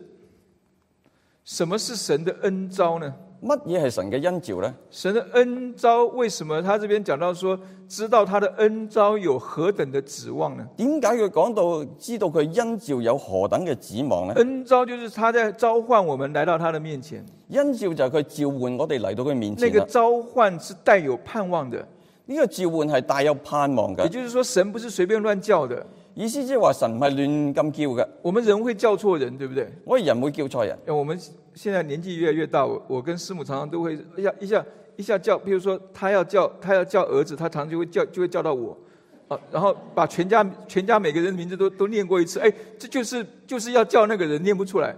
A: 什么是神的恩招呢？
B: 乜嘢係神嘅恩召呢？
A: 神的恩招为什么他这边讲到说，知道他的恩招有何等的指望呢？
B: 點解佢講到知道佢恩召有何等嘅指望呢？
A: 恩招就是他在召唤我们来到他的面前，
B: 恩召就係佢召喚我哋嚟到佢面
A: 那
B: 前
A: 个
B: 啦。
A: 召喚是带有盼望的，
B: 呢、個召喚係帶有盼望
A: 也
B: 嘅，
A: 就是说，神不是随便乱叫的，
B: 意思即係話神唔係亂咁叫嘅，
A: 我们人会叫错人，对不对？
B: 我哋人會叫錯人。
A: 哎，我们现在年纪越来越大，我我跟师母常常都会一下一下一下叫，比如说他要叫他要叫儿子，他常常就会叫就会叫到我，啊，然后把全家全家每个人的名字都都念过一次，哎，这就是就是要叫那个人念不出来，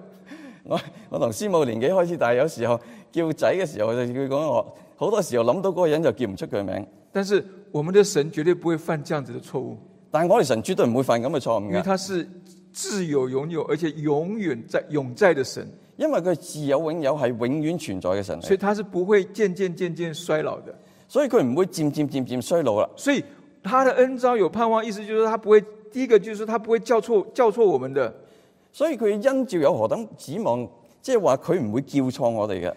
B: 我我同師母年紀開始大，有時候叫仔嘅時候，就佢講我好多時候諗到嗰個人就叫唔出佢名，
A: 但是我们的神绝对不会犯这样子的错误，
B: 但係我哋神絕對唔會犯咁嘅錯誤
A: 因为
B: 嘅，
A: 他是自有永有，而且永远在永在的神，
B: 因為佢自有永有係永遠存在嘅神嚟
A: 所以他是不会渐渐渐渐衰老的。
B: 所以佢唔會漸漸漸漸衰老啦。
A: 所以他的恩招有盼望，意思就是他不会第一个就是说他不会叫错叫错我们的。
B: 所以佢因照有何等指望，即係話佢唔會叫錯我哋嘅，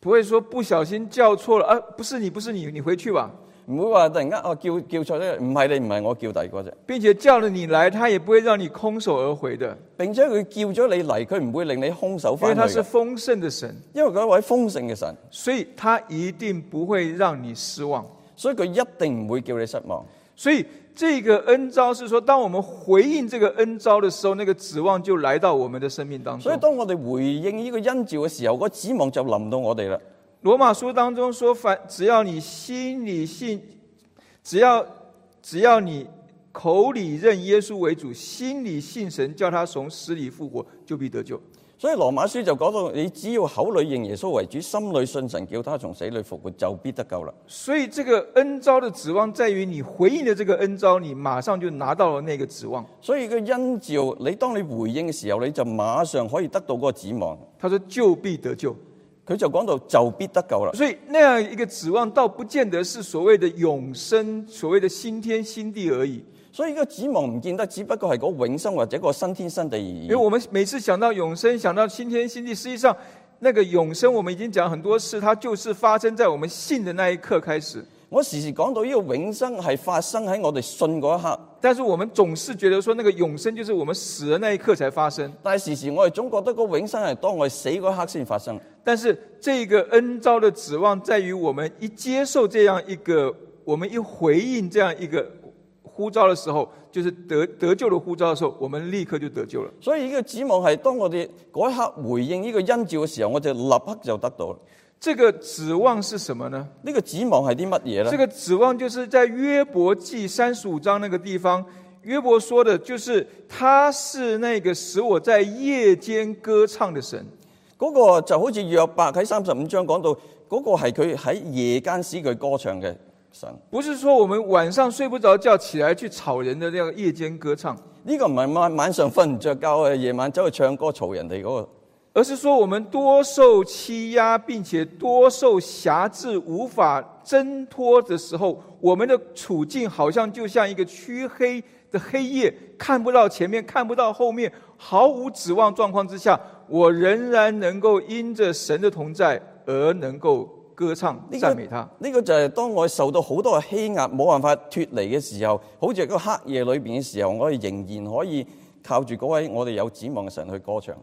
A: 不会说不小心叫错了，啊，不是你，不是你，你回去吧，
B: 唔會話突然間哦叫叫錯咗，唔係你唔係我叫第二個啫。
A: 并且叫了你来，他也不会让你空手而回的，
B: 並且佢叫咗你嚟，佢唔會令你空手
A: 因为
B: 翻去
A: 他是
B: 嘅，
A: 丰盛的神，
B: 因為佢係一位豐盛嘅神，
A: 所以他一定不会让你失望。
B: 所以佢一定唔會叫你失望。
A: 所以这个恩招是说，当我们回应这个恩招的时候，那个指望就来到我们的生命当
B: 所以
A: 中。
B: 當我哋回應呢個恩召嘅時候，個指望就臨到我哋啦。
A: 罗马书当中说，凡只要你心里信，只要只要你口里认耶稣为主，心里信神叫他从死里复活，就必得救。
B: 所以羅馬書就講到，你只要口裏認耶穌為主，心裏信神叫他從死裏復活，就必得救啦。
A: 所以这个恩招的指望在于你回应的这个恩招，你马上就拿到了那个指望。
B: 所以個恩召，你當你回應嘅時候，你就馬上可以得到嗰個指望。
A: 他说就必得救，
B: 佢就講到就必得救啦。
A: 所以那样一个指望倒不见得是所谓的永生，所谓的新天新地而已。
B: 所以個指望唔見得，只不過係嗰永生或者個新天新地而已
A: 因为。我们每次想到永生，想到新天新地，实际上那个永生我们已经讲很多次，它就是发生在我们信的那一刻开始。
B: 我時時講到呢個永生係發生喺我哋信嗰一刻，
A: 但是我们总是觉得说，那个永生就是我们死的那一刻才发生。
B: 但係時時我哋總覺得個永生係當我哋死嗰一刻先發生。
A: 但是这个恩招的指望在于我们一接受这样一个，我们一回应这样一个呼召的时候，就是得得救的呼召的时候，我们立刻就得救了。
B: 所以呢個指望係當我哋嗰一刻回應呢個恩召嘅時候，我哋立刻就得到啦。
A: 这个指望是什么呢？
B: 呢、個指望係啲乜嘢
A: 这
B: 呢？
A: 个指望就是在约伯记三十五章那个地方，约伯说的就是他是那个使我在夜间歌唱的神。
B: 嗰、個就好似約伯喺三十五章講到，嗰、個係佢喺夜間使佢歌唱嘅神。
A: 不是说我们晚上睡不着觉起来去吵人的那个夜间歌唱，
B: 呢、個唔係晚晚上瞓唔着覺啊，夜晚走去唱歌嘈人哋嗰、個。
A: 而是说我们多受欺压，并且多受辖制，无法挣脱的时候，我们的处境好像就像一个黢黑的黑夜，看不到前面，看不到后面，毫无指望状况之下，我仍然能够因着神的同在而能够歌唱
B: 呢、個
A: 赞美他。
B: 呢、個就係當我受到好多嘅欺壓，冇辦法脱離嘅時候，好似喺個黑夜裏邊嘅時候，我哋仍然可以靠住嗰位我哋有指望嘅神去歌唱。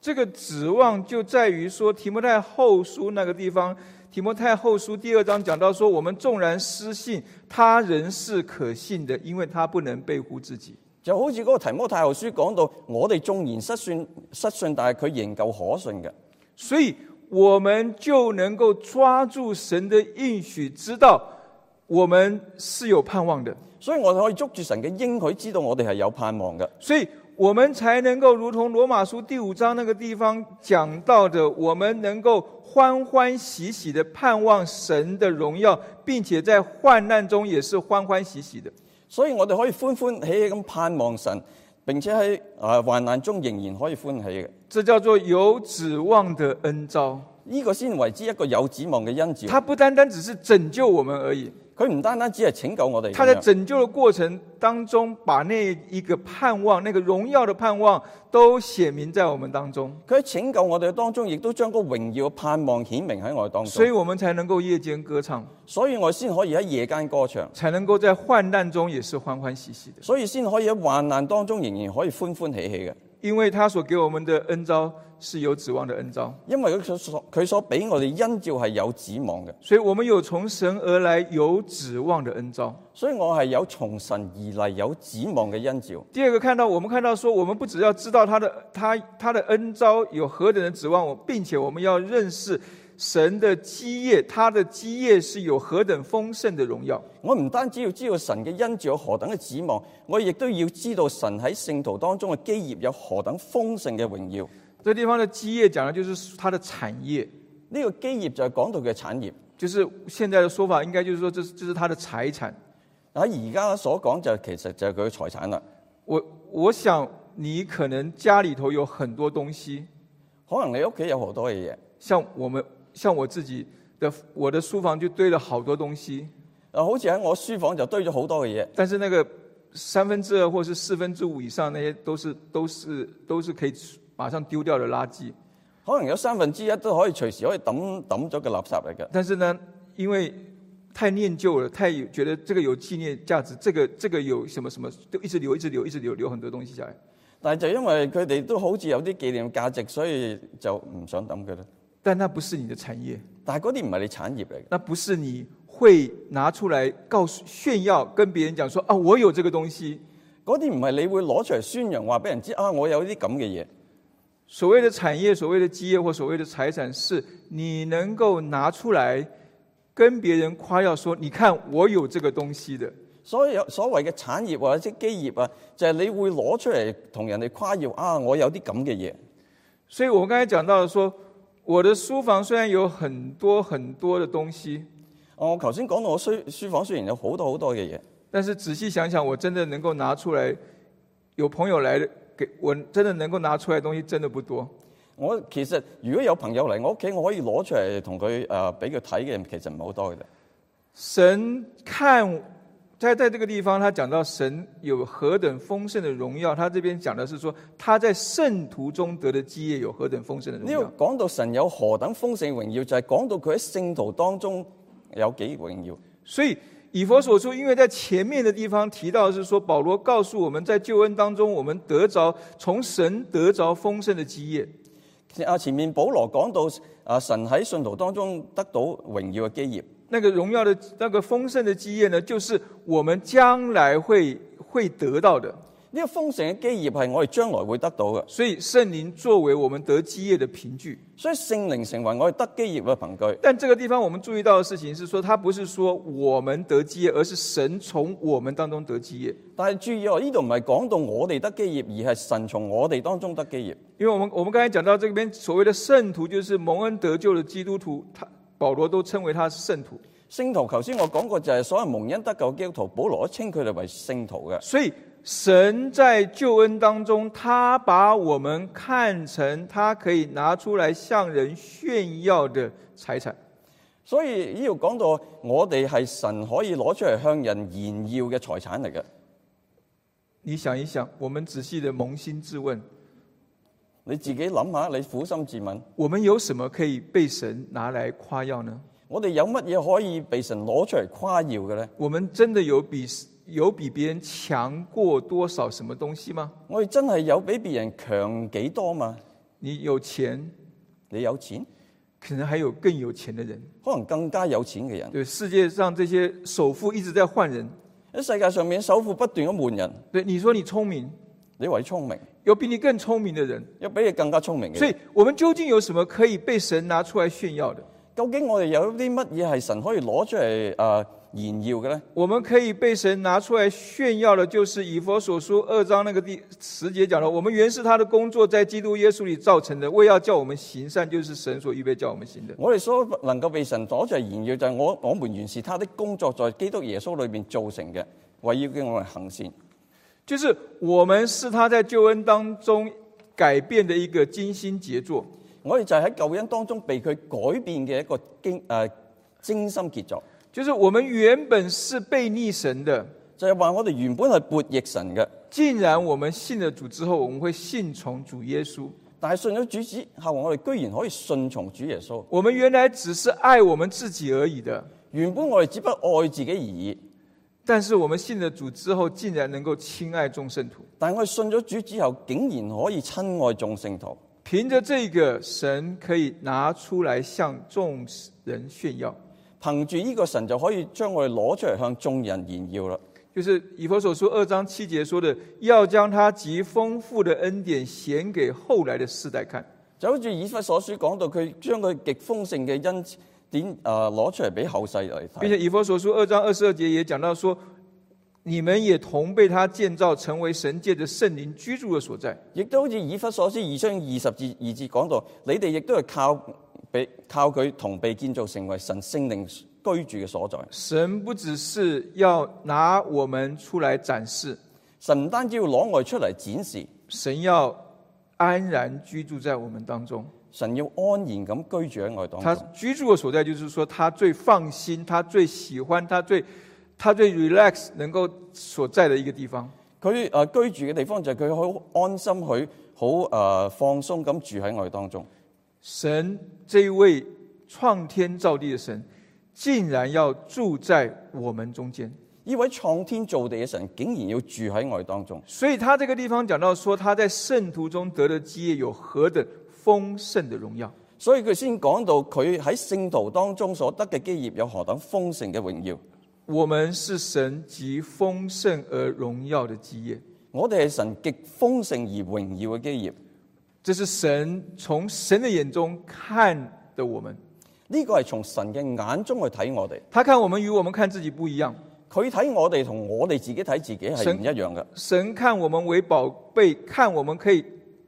A: 这个指望就在于说，提摩太后书那个地方，提摩太后书第二章讲到说，我们纵然失信，他人是可信的，因为他不能背乎自己。
B: 就好似嗰個提摩太後書講到，我哋縱然失算失信，但係佢仍舊可信嘅。
A: 所以我们就能够抓住神的应许，知道我们是有盼望的，
B: 所以我哋可以捉住神嘅應許，知道我哋係有盼望嘅。
A: 所以我们才能够如同罗马书第五章那个地方讲到的，我们能够欢欢喜喜的盼望神的荣耀，并且在患难中也是欢欢喜喜的。
B: 所以我哋可以歡歡喜喜咁盼望神，並且喺啊患難中仍然可以歡喜嘅。
A: 这叫做有指望的恩招，
B: 呢、個先為之一個有指望嘅恩召。
A: 它不单单只是拯救我们而已，
B: 佢唔單單只係拯救我哋咁樣，
A: 他在拯救的过程当中，把那一个盼望、那个荣耀的盼望，都写明在我们当中，
B: 佢喺拯救我哋當中，亦都將個榮耀嘅盼望顯明喺我哋當中。
A: 所以我们才能够夜间歌唱，
B: 所以我先可以喺夜間歌唱，
A: 才能够在患难中也是欢欢喜喜的。
B: 所以先可以喺患難當中仍然可以歡歡喜喜嘅。
A: 因为他所给我们的恩招是有指望的恩招，
B: 因為佢所佢所俾我哋恩召係有指望嘅，
A: 所以我们有从神而来有指望的恩招。
B: 所以我係有從神而嚟有指望嘅恩召。
A: 第二个看到，我们看到说，我们不只要知道他的他他的恩招有何等的指望，我并且我们要认识神的基业，他的基业是有何等丰盛的荣耀。
B: 我唔單止要知道神嘅恩召有何等嘅指望，我亦都要知道神喺聖徒當中嘅基業有何等豐盛嘅榮耀。
A: 这地方的基业讲的就是他的产业，
B: 呢、個基業就係講到佢嘅產業。
A: 就是现在的说法应该就是说这是这是他的财产。
B: 喺而家所講就其實就係佢嘅財產啦。
A: 我我想你可能家里头有很多东西，
B: 可能你屋企有好多嘅嘢，
A: 像我们像我自己的我的书房就堆了好多东西，
B: 啊，好似喺我書房就堆咗好多嘅嘢，
A: 但是那个三分之二或是四分之五以上那些都是都是都是可以马上丢掉的垃圾。
B: 可能有三分之一都可以隨時可以抌抌咗嘅垃圾嚟嘅。
A: 但是呢，因为太念旧了，太有觉得这个有纪念价值，这个这个有什么什么，就一直留，一直留，一直留，留很多东西下来。
B: 但係就因為佢哋都好似有啲紀念價值，所以就唔想抌佢啦。
A: 但那不是你的产业，
B: 但係嗰啲唔係你產業嚟嘅，
A: 那不是你会拿出来告诉炫耀，跟别人讲说啊，我有这个东西。
B: 嗰啲唔係你會攞出嚟宣揚話俾人知啊，我有啲咁嘅嘢。
A: 所谓的产业、所谓的基业或所谓的财产，是你能够拿出来跟别人夸耀说：“你看，我有这个东西的。
B: 所以有所謂嘅產業或者基業啊，就係、你會攞出嚟同人哋誇耀啊，我有啲咁嘅嘢。”
A: 所以，我刚才讲到说，我的书房虽然有很多很多的东西，
B: 我頭先講到我書書房雖然有好多好多嘅嘢，
A: 但是仔细想想，我真的能够拿出来，有朋友来的给我真的能够拿出来的东西真的不多。
B: 我其實如果有朋友嚟我屋企，我可以攞出嚟同佢誒俾佢睇嘅，其實唔係好多嘅啫。
A: 神看在在这个地方，他讲到神有何等丰盛的荣耀，他这边讲的是说他在圣徒中得的基嗯业有何等丰盛的荣
B: 呢
A: 耀。
B: 度講到神有何等豐盛榮耀，就係、講到佢喺聖徒當中有幾榮耀。
A: 所以以佛所说，因为在前面的地方提到的是说，保罗告诉我们在救恩当中，我们得着从神得着丰盛的基业。
B: 啊，前面保羅講到啊，神喺信徒當中得到榮耀嘅基業。
A: 那个荣耀的那个丰盛的基业呢，就是我们将来会会得到的。
B: 呢、個豐盛嘅基業係我哋將來會得到嘅，
A: 所以圣灵作为我们得基业的凭据。
B: 所以聖靈成為我哋得基業嘅憑據。
A: 但这个地方我们注意到的事情是说，他不是说我们得基业，而是神从我们当中得基业。
B: 但係注意哦，呢度唔係講到我哋得基業，而係神從我哋當中得基業。
A: 因为我们我们刚才讲到这边所谓的圣徒，就是蒙恩得救的基督徒，他保罗都称为他是圣徒。
B: 聖徒，頭先我講過就係所謂蒙恩得救嘅基督徒，保羅都稱佢哋為聖徒嘅。
A: 所以神在救恩当中，他把我们看成他可以拿出来向人炫耀的财产。
B: 所以呢度講到我哋係神可以攞出嚟向人炫耀嘅財產嚟嘅。
A: 你想一想，我们仔细的扪心自问，
B: 你自己諗下，你苦心自問，
A: 我们有什么可以被神拿来夸耀呢？
B: 我哋有乜嘢可以被神攞出嚟誇耀嘅呢？
A: 我们真的有比有比别人强过多少什么东西吗？
B: 我哋真係有比別人強幾多嘛？
A: 你有钱，
B: 你有錢，
A: 可能还有更有钱的人。
B: 可能更加有錢嘅人。
A: 对，世界上这些首富一直在换人。
B: 喺世界上面，首富不斷咁換人，
A: 对，你说你聪明，
B: 你為聰明，
A: 有比你更聪明的人。
B: 有比你更加聰明嘅
A: 所
B: 人。
A: 以我们究竟有什么可以被神拿出来炫耀的？
B: 究竟我哋有啲乜嘢係神可以攞出嚟诶、呃炫耀嘅呢？
A: 我们可以被神拿出来炫耀的，就是以佛所书二章那个第十节讲的，我们原是他的工作，在基督耶稣里造成的，为要叫我们行善，就是神所预备叫我们行的。
B: 我哋所能夠被神攞出嚟炫耀，就係我我們原是他的工作，在基督耶穌裏面造成嘅，為要叫我哋行善。
A: 就是我们是他在救恩当中改变的一个精心杰作。
B: 我哋就係喺救恩當中被佢改變嘅一個精誒、呃精心傑作，
A: 就是我们原本是被逆神的，
B: 就係、話我哋原本係悖逆神嘅，
A: 竟然我们信了主之后，我们会信从主耶稣。
B: 但係信咗主之後，我哋居然可以順從主耶穌。
A: 我们原来只是爱我们自己而已的，
B: 原本我哋只不過愛自己而已，
A: 但是我们信了主之后，竟然能够亲爱众圣徒。
B: 但我哋信咗主之後，竟然可以親愛眾聖徒。
A: 凭着这个，神可以拿出来向众人炫耀，
B: 憑住呢個神就可以將我哋攞出嚟向眾人炫耀啦。
A: 就是以佛所书二章七节说的，要将他极丰富的恩典显给后来的世代看。
B: 就好似以弗所書講到，佢將佢極豐盛嘅恩典誒攞、出嚟俾後世嚟
A: 并
B: 睇。
A: 且以佛所书二章二十二节也讲到说，你们也同被他建造成为神界的圣灵居住的所在。
B: 亦都好似以弗所書二章二十至二節講到，你哋亦都係靠被靠佢同被建造成為神聖靈居住嘅所在。
A: 神不只是要拿我们出来展示，
B: 神唔單止要攞外出嚟展示，
A: 神要安然居住在我们当中。
B: 神要安然咁居住喺我哋當
A: 他
B: 中。
A: 居住的所在，就是说他最放心，他最喜欢，他最他最 relax 能够所在的一个地方。
B: 佢誒居住嘅地方就係佢好安心，佢好誒放鬆咁住喺我哋當中。
A: 神这一位创天造地的神，竟然要住在我们中间。
B: 呢位創天造地嘅神，竟然要住喺我哋當中。
A: 所以他这个地方讲到说，他在圣徒中得的基业有何等丰盛的荣耀。
B: 所以佢先講到佢喺聖徒當中所得嘅基業有何等豐盛嘅榮耀。
A: 我们是神极丰盛而荣耀的基业，
B: 我哋係神極豐盛而榮耀嘅基業。
A: 这是神从神的眼中看的我们。
B: 呢個係從神嘅眼中去睇我哋，
A: 他看我们与我们看自己不一样，
B: 佢睇我哋同我哋自己睇自己係
A: 神
B: 唔一樣嘅。
A: 神看我们为宝贝，看我们可以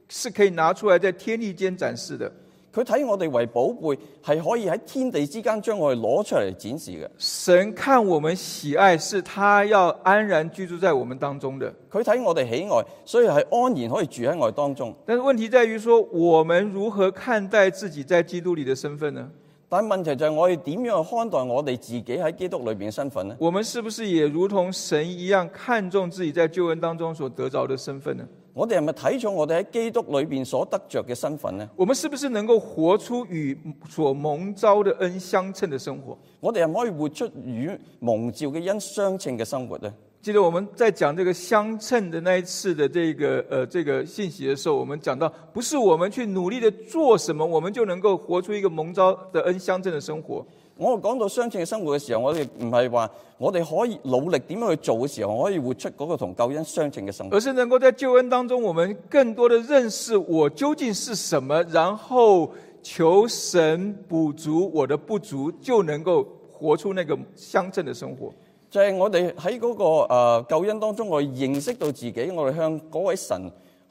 A: 是可以拿出来在天地间展示的。
B: 佢睇我哋為寶貝，係可以喺天地之間將我哋攞出嚟展示嘅。
A: 神看我们喜爱，是他要安然居住在我们当中的。
B: 佢睇我哋喜愛，所以係安然可以住喺我哋當中。
A: 但是问题在于说，我们如何看待自己在基督里的身份呢？
B: 但問題就係我哋點樣去看待我哋自己喺基督裏邊嘅身份呢？
A: 我们是不是也如同神一样看重自己在救恩当中所得着的身份呢？
B: 我哋係咪睇重我哋喺基督裏邊所得着嘅身份呢？
A: 我们是不是能够活出与所蒙召的恩相称的生活？
B: 我哋係咪可以活出與蒙召嘅恩相稱嘅生活呢？
A: 记得我们在讲这个相称的那一次的这个呃这个信息的时候，我们讲到，不是我们去努力的做什么，我们就能够活出一个蒙召的恩相称的生活。
B: 我講到相稱嘅生活嘅時候，我哋唔係話我哋可以努力點樣去做嘅時候，我可以活出嗰個同救恩相稱嘅生活，
A: 而是能够在救恩当中，我们更多的认识我究竟是什么，然后求神补足我的不足，就能够活出那个乡镇的生活。
B: 就係我哋喺嗰個、呃、救恩當中，我哋認識到自己，我哋向嗰位神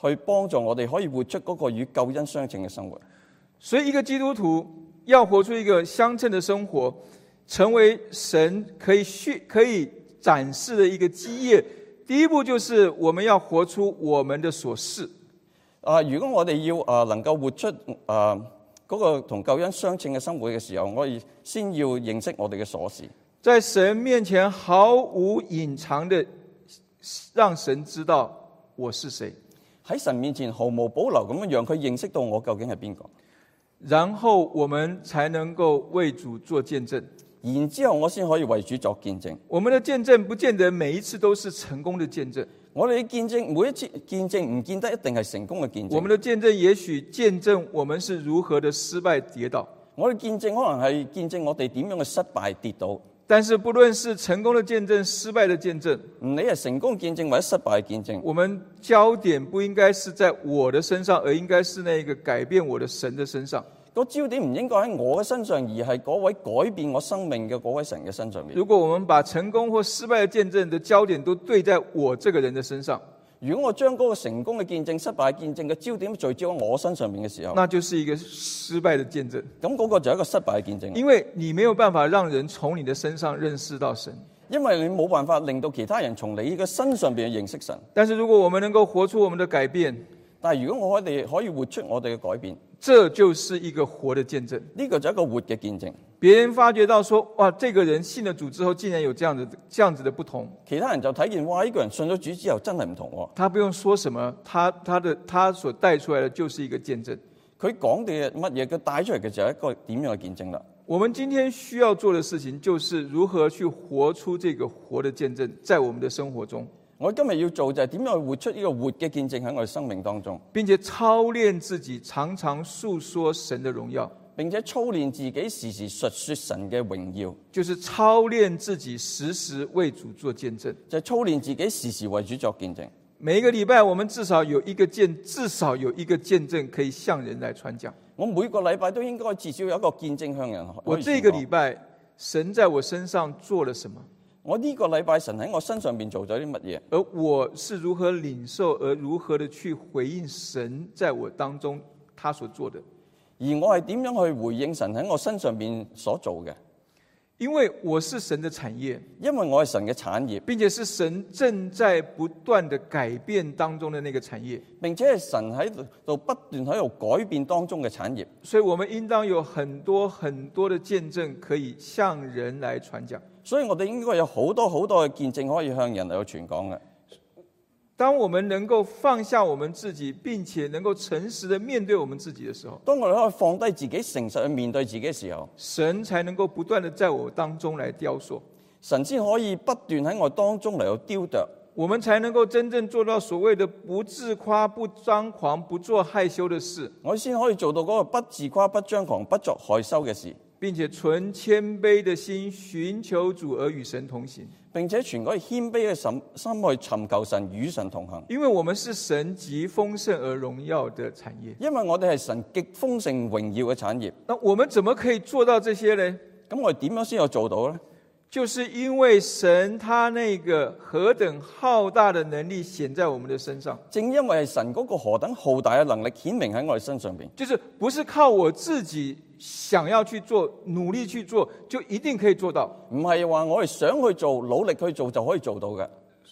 B: 去幫助我哋，可以活出嗰個與救恩相稱嘅生活。
A: 所以，一个基督徒要活出一个乡镇的生活，成为神可以去可以展示的一个基业。第一步就是我们要活出我们的所是。
B: 啊、如果我哋要啊、能夠活出啊嗰、個同救恩相稱嘅生活嘅時候，我哋先要認識我哋嘅鎖匙，
A: 在神面前毫无隐藏的，让神知道我是谁。
B: 喺神面前毫無保留咁樣讓佢認識到我究竟係邊個。
A: 然后我们才能够为主做见证。
B: 然之後我先可以為主作見證。
A: 我们的见证不见得每一次都是成功的見證，
B: 我哋嘅見證每一次見證唔見得一定係成功嘅見
A: 我们
B: 證，
A: 的见證也许见證我們是如何的失敗跌倒。
B: 我哋見證可能係見證我哋點樣嘅失敗跌倒，唔
A: 但是不论是成功的見證、失敗的見證，
B: 理係成功見證或者失敗嘅見證。
A: 我们焦點不應該是在我的身上，而應該是那个改變我的神的身上。
B: 個焦點唔應該喺我嘅身上，而係嗰位改變我生命嘅嗰位神嘅身上面。
A: 如果我们把成功或失敗的見證的焦點都對在我這个人的身上，
B: 如果我將嗰個成功嘅見證、失敗嘅見證嘅焦點聚焦喺我身上面嘅時候，
A: 那就是一个失敗的見證，
B: 咁嗰個就係一個失敗嘅見證啦，
A: 因為你沒有辦法讓人從你的身上認識到神。
B: 因為你冇辦法令到其他人從你嘅身上邊去認識神。
A: 但是如果我们能够活出我们的改变，
B: 但係如果我哋可以活出我哋嘅改變，呢、
A: 这就是一个活的见证。
B: 個就係一個活嘅見證。
A: 别人发觉到说，哇，这个人信了主之后，竟然有这样子这样子的不同。
B: 其他人就睇見，哇！呢、個人信咗主之後真係唔同喎。
A: 他不用说什么，他他的他所带出来的就是一个见证。
B: 佢講嘅乜嘢，佢帶出嚟嘅就係一個點樣嘅見證啦。
A: 我们今天需要做的事情，就是如何去活出这个活的见证，在我们的生活中，
B: 我今日要做就係點樣去活出呢個活嘅見證喺我哋生命當中，
A: 并且操练自己，常常诉说神的荣耀，
B: 並且操練自己時時述說神嘅榮耀，
A: 就是操练自己，时时为主做见证。
B: 就係操練自己時時為主作見證。
A: 每一个礼拜，我们至少有一个见，至少有一个见证可以向人来传讲。
B: 我每個禮拜都應該至少有一個見證向人可以
A: 我
B: 傳
A: 这个
B: 講
A: 礼拜，神在我身上做了什么？
B: 我呢個禮拜神喺我身上邊做咗啲乜嘢？
A: 而我是如何领受，而如何的去回应神在我当中他所做的？
B: 而我係點樣去回應神喺我身上邊所做嘅？
A: 因为我是神的產業，
B: 因為我係神嘅產業，
A: 并且是神正在不断的改变当中的那个產業，
B: 並且係神喺度不斷喺度改變當中嘅產業，
A: 所以我们应当有很多很多的见证可以向人来传讲。
B: 所以我哋應該有好多好多嘅見證可以向人嚟去傳講嘅。
A: 当我们能够放下我们自己，并且能够诚实的面对我们自己的时候，
B: 當我哋可以放低自己，誠實去面對自己嘅時候，
A: 神才能够不断的在我当中来雕塑，
B: 神先可以不斷喺我當中嚟到雕琢，
A: 我们才能够真正做到所谓的不自夸、不张狂、不做害羞的事，
B: 我先可以做到嗰個不自誇、不張狂、不作害羞嘅事。
A: 并且存谦卑的心寻求主而与神同行。
B: 並且全嗰謙卑嘅心心去尋求神與神同行，
A: 因为我们是神极丰盛而荣耀的产业。
B: 因為我哋係神極豐盛榮耀嘅產業。
A: 那我们怎么可以做到这些呢？
B: 咁我哋點樣先有做到呢？
A: 就是因为神他那个何等浩大的能力显在我们的身上，
B: 正因為係神嗰個何等浩大嘅能力顯明喺我哋身上邊，
A: 就是不是靠我自己想要去做、努力去做就一定可以做到。
B: 唔係話我哋想去做、努力去做就可以做到嘅。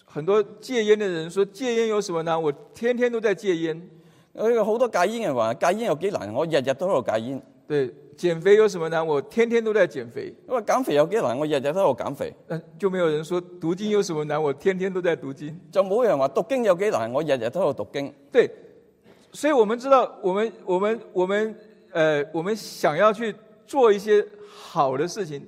A: 很多戒烟的人说戒烟有什么难？我天天都在戒烟。
B: 我有好多戒煙嘅人話戒煙有幾難，我日日都喺度戒煙。
A: 对，减肥有什么难？我天天都在减肥。
B: 因為減肥有幾難，我日日都喺度減肥。
A: 嗯，就没有人说读经有什麼难？我天天都在读经。
B: 就冇人話讀經有幾難，我日日都喺度讀經。
A: 对，所以我们知道，我们我们我们呃，我们想要去做一些好的事情、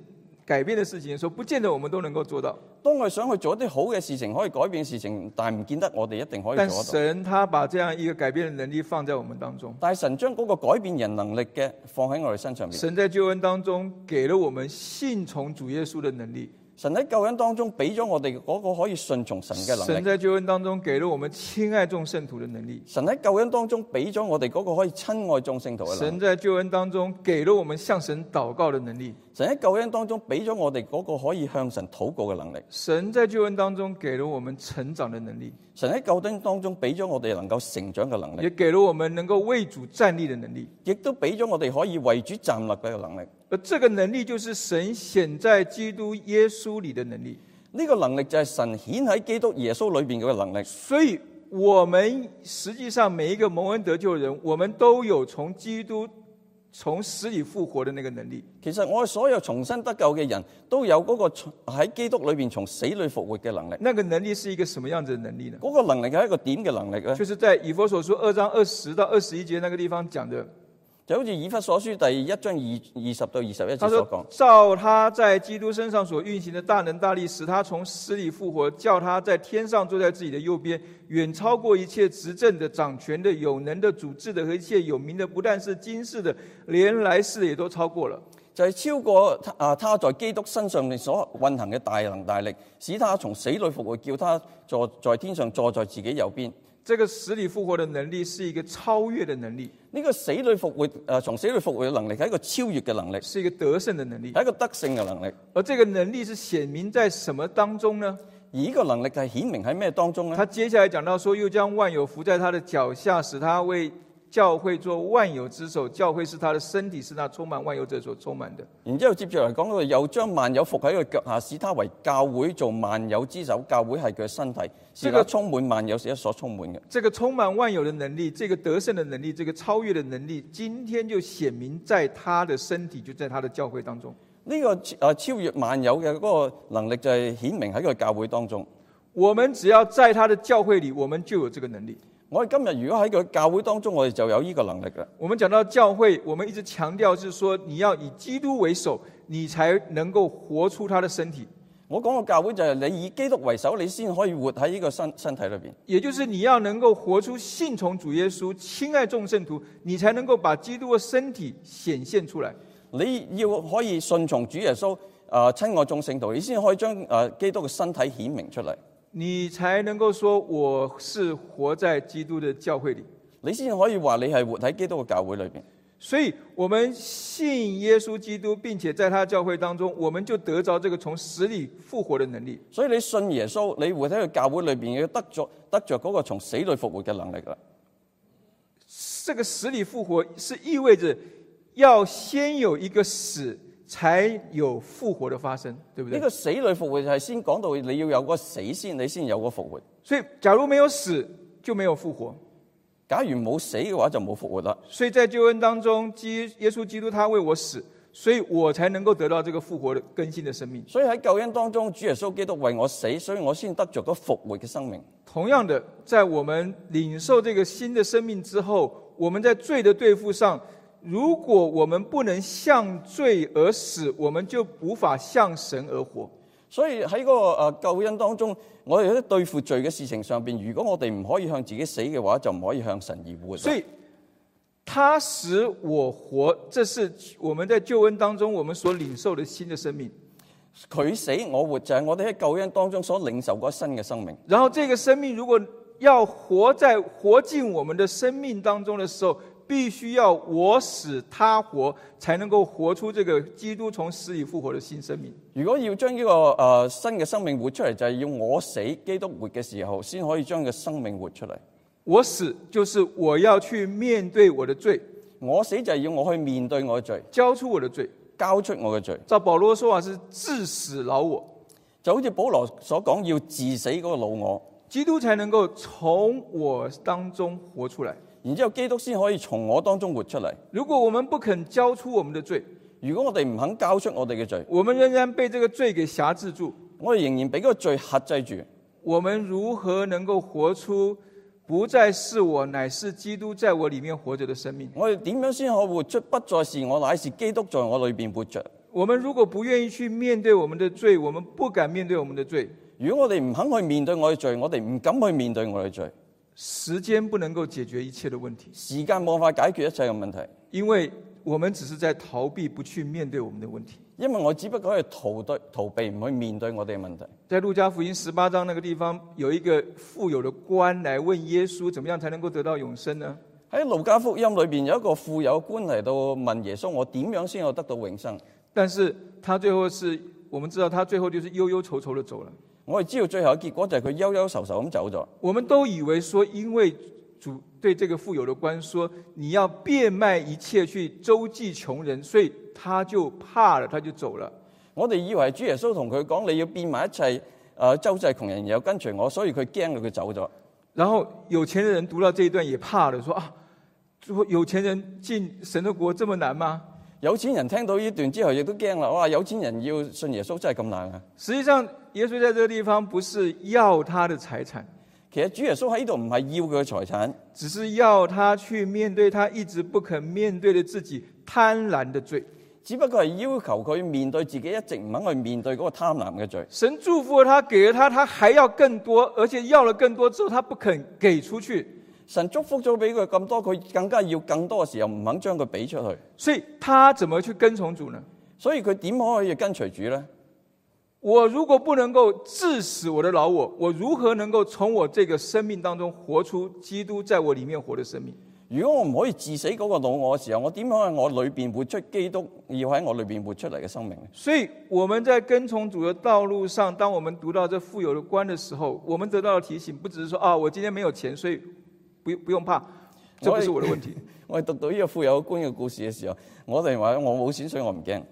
A: 改变的事情的时候，不见得我们都能够做到。
B: 當我哋想去做一啲好嘅事情，可以改變嘅事情，但係唔見得我哋一定可以
A: 但
B: 做得到。
A: 神他把这样一个改变的能力放在我们当中，
B: 但系神將嗰個改變人能力嘅放喺我哋身上面。
A: 神在救恩当中给了我们信从主耶稣的能力，
B: 神喺救恩當中俾咗我哋嗰個可以順從神嘅能
A: 神
B: 力。
A: 在救恩当中给了我们亲爱众圣徒的能力，
B: 神喺救恩當中俾咗我哋嗰個可以親愛眾聖徒嘅能力。
A: 神在救恩当中给了我们向神祷告的能力，
B: 神喺救恩當中俾咗我哋嗰個可以向神禱告嘅能力。
A: 神在救恩当中给了我们成长的能力，
B: 神喺救恩當中俾咗我哋能夠成長嘅能力，
A: 也给了我们能够为主站立的能力。
B: 亦都俾咗我哋可以為主站立嘅能力。
A: 而这个能力就是神显在基督耶稣里的能力。
B: 呢、個能力就係神顯喺基督耶穌裏边嘅能力。
A: 所以，我们实际上每一个蒙恩得救的人，我们都有从基督从死里复活的那个能力。
B: 其實我哋所有重新得救嘅人都有嗰個從喺基督裏边從死裏復活嘅能力。
A: 那个能力是一个什么样子的能力呢？
B: 嗰、個能力係一個點嘅能力咧，
A: 就是在以佛所书二章二十到二十一节那个地方讲的，
B: 就好似以弗所書第一章二二十到二十一
A: 他
B: 節所講
A: 说：“，照他在基督身上所运行的大能大力，使他从死里复活，叫他在天上坐在自己的右边，远超过一切执政的、掌权的、有能的、主治的和一切有名的，不但是今世的，连来世的也都超过了。
B: 就係、超過他啊他在基督身上面所運行嘅大能大力，使他從死裏復活，叫他坐在天上坐在自己右邊。
A: 这个死里复活的能力是一个超越的能力，
B: 呢、個死裏復活誒、呃、從死裏復活嘅能力係一個超越嘅能力，
A: 是一个得胜的能力。
B: 係一個得勝嘅能力。
A: 而这个能力是显明在什么当中呢？
B: 而呢個能力係顯明喺咩當中咧？
A: 他接下来讲到说，又将万有伏在他的脚下，使他为教会做万有之首。教会是他的身体，是那充满万有者所充满的。
B: 然之後接住嚟講，佢又將萬有伏喺佢腳下，使他為教會做萬有之首。教會係佢嘅身體，使
A: 呢個
B: 佢充滿萬有，使一所充滿嘅。
A: 这个充满万有的能力，这个得胜的能力，这个超越的能力，今天就显明在他的身体，就在他的教会当中。
B: 呢、個誒超越萬有嘅嗰個能力就係顯明喺佢教會當中。
A: 我们只要在他的教会里，我们就有这个能力。
B: 我哋今日如果喺佢教會當中，我哋就有呢個能力啦。
A: 我们讲到教会，我们一直强调是说，你要以基督为首，你才能够活出他的身体，
B: 我講個教會就係你以基督為首，你先可以活喺呢個身身體裏邊。
A: 也就是你要能够活出信从主耶稣、亲爱众圣徒，你才能够把基督的身体显现出来。
B: 你要可以順從主耶穌，誒、呃、親愛眾聖徒，你先可以將誒、呃基督嘅身體顯明出嚟，
A: 你才能够说我是活在基督的教会里。
B: 你先可以話你係活喺基督嘅教會裏邊。
A: 所以，我们信耶稣基督，并且在他的教会当中，我们就得着这个从死里复活的能力。
B: 所以你信耶穌，你活喺個教會裏邊，要得着得着嗰個從死裏復活嘅能力啦。
A: 这个死里复活是意味着要先有一个死，才有复活的发生，对不
B: 呢
A: 对
B: 個？死裏復活就係先講到你要有個死先，你先有個復活。
A: 所以，假如没有死，就没有复活。
B: 假如冇死嘅話，就冇復活啦。
A: 所以在救恩当中，基耶稣基督他为我死，所以我才能够得到这个复活的更新的生命。
B: 所以喺救恩當中，主耶穌基督為我死，所以我先得着咗復活嘅生命。
A: 同样的，在我们领受这个新的生命之后，我们在罪的对付上，如果我们不能向罪而死，我们就无法向神而活。
B: 所以喺嗰個呃救恩當中，我哋喺對付罪嘅事情上邊，如果我哋唔可以向自己死嘅話，就唔可以向神而活。
A: 所以，他使我活，这是我们在救恩当中我们所领受的新的生命。
B: 佢死我活就係我哋喺救恩當中所領受嗰新嘅生命。
A: 然后，这个生命如果要活在活进我们的生命当中的时候，必须要我死他活，才能够活出这个基督从死里复活的新生命。
B: 如果要將呢、個呃新嘅生命活出嚟，就係、要我死基督活嘅時候，先可以將個生命活出嚟。
A: 我死就是我要去面对我的罪，
B: 我死就係要我去面對我嘅罪，
A: 交出我的罪。
B: 交出我嘅罪。
A: 照保罗说法是致死饶我，
B: 就好似保羅所講，要治死嗰個老我，
A: 基督才能够从我当中活出来。
B: 然之後基督先可以從我當中活出嚟。
A: 如果我们不肯交出我们的罪，
B: 如果我哋唔肯交出我哋嘅罪，
A: 我们仍然被这个罪给辖制住，
B: 我哋仍然俾嗰個罪克制住。
A: 我们如何能够活出不再是我，乃是基督在我里面活着的生命？
B: 我哋點樣先可活出不再是我，乃是基督在我裏邊活着？
A: 我们如果不愿意去面对我们的罪，我们不敢面对我们的罪，
B: 如果我哋唔肯去面對我嘅罪，我哋唔敢去面對我嘅罪，
A: 时间不能够解决一切的问题。
B: 時間冇辦法解決一切嘅問題，
A: 因为我们只是在逃避，不去面对我们的问题。
B: 因為我只不過係逃對逃避，唔去面對我哋嘅問題。
A: 在路加福音十八章那个地方，有一个富有的官来问耶稣，怎么样才能够得到永生呢？
B: 喺路加福音裏邊有一個富有官嚟到問耶穌：我點樣先可得到永生？
A: 但是他最后是我们知道，他最后就是忧忧愁愁的走了。
B: 我哋知道最後嘅結果就係佢憂憂愁愁咁走咗。
A: 我们都以为说，因为主对这个富有的官说，你要变卖一切去周济穷人，所以他就怕了，他就走了。
B: 我哋以為主耶穌同佢講：你要變埋一切，誒、周濟窮人，然後跟隨我，所以佢驚到佢走咗。
A: 然后有钱的人读到这一段也怕了，说啊，有钱人进神的国这么难吗？
B: 有錢人聽到呢段之後，亦都驚啦！哇！有錢人要信耶穌真係咁難啊！
A: 实际上，耶稣在这个地方不是要他的财产，
B: 其實主耶穌喺呢度唔係要佢嘅財產，
A: 只是要他去面对他一直不肯面对的自己贪婪的罪。
B: 只不過係要求佢面對自己一直唔肯去面對嗰個貪婪嘅罪。
A: 神祝福了他，给了他，他还要更多，而且要了更多之后，他不肯给出去，
B: 神祝福咗俾佢咁多，佢更加要更多嘅時候唔肯將佢俾出去，
A: 所以他怎么去跟從主呢？
B: 所以佢點可以跟隨主呢？
A: 我如果不能够致死我的老我，我如何能够从我这个生命当中活出基督在我里面活的生命？
B: 如果我唔可以治死嗰個老我嘅時候，我點可以喺我裏邊活出基督要喺我裏邊活出嚟嘅生命呢？
A: 所以我们在跟从主的道路上，当我们读到这富有的官的时候，我们得到的提醒不只是说啊，我今天没有钱，所以不用不用怕，这不是我的问题。
B: 我哋讀到呢個富有官嘅故事嘅時候，我哋話我冇錢，所以我唔驚。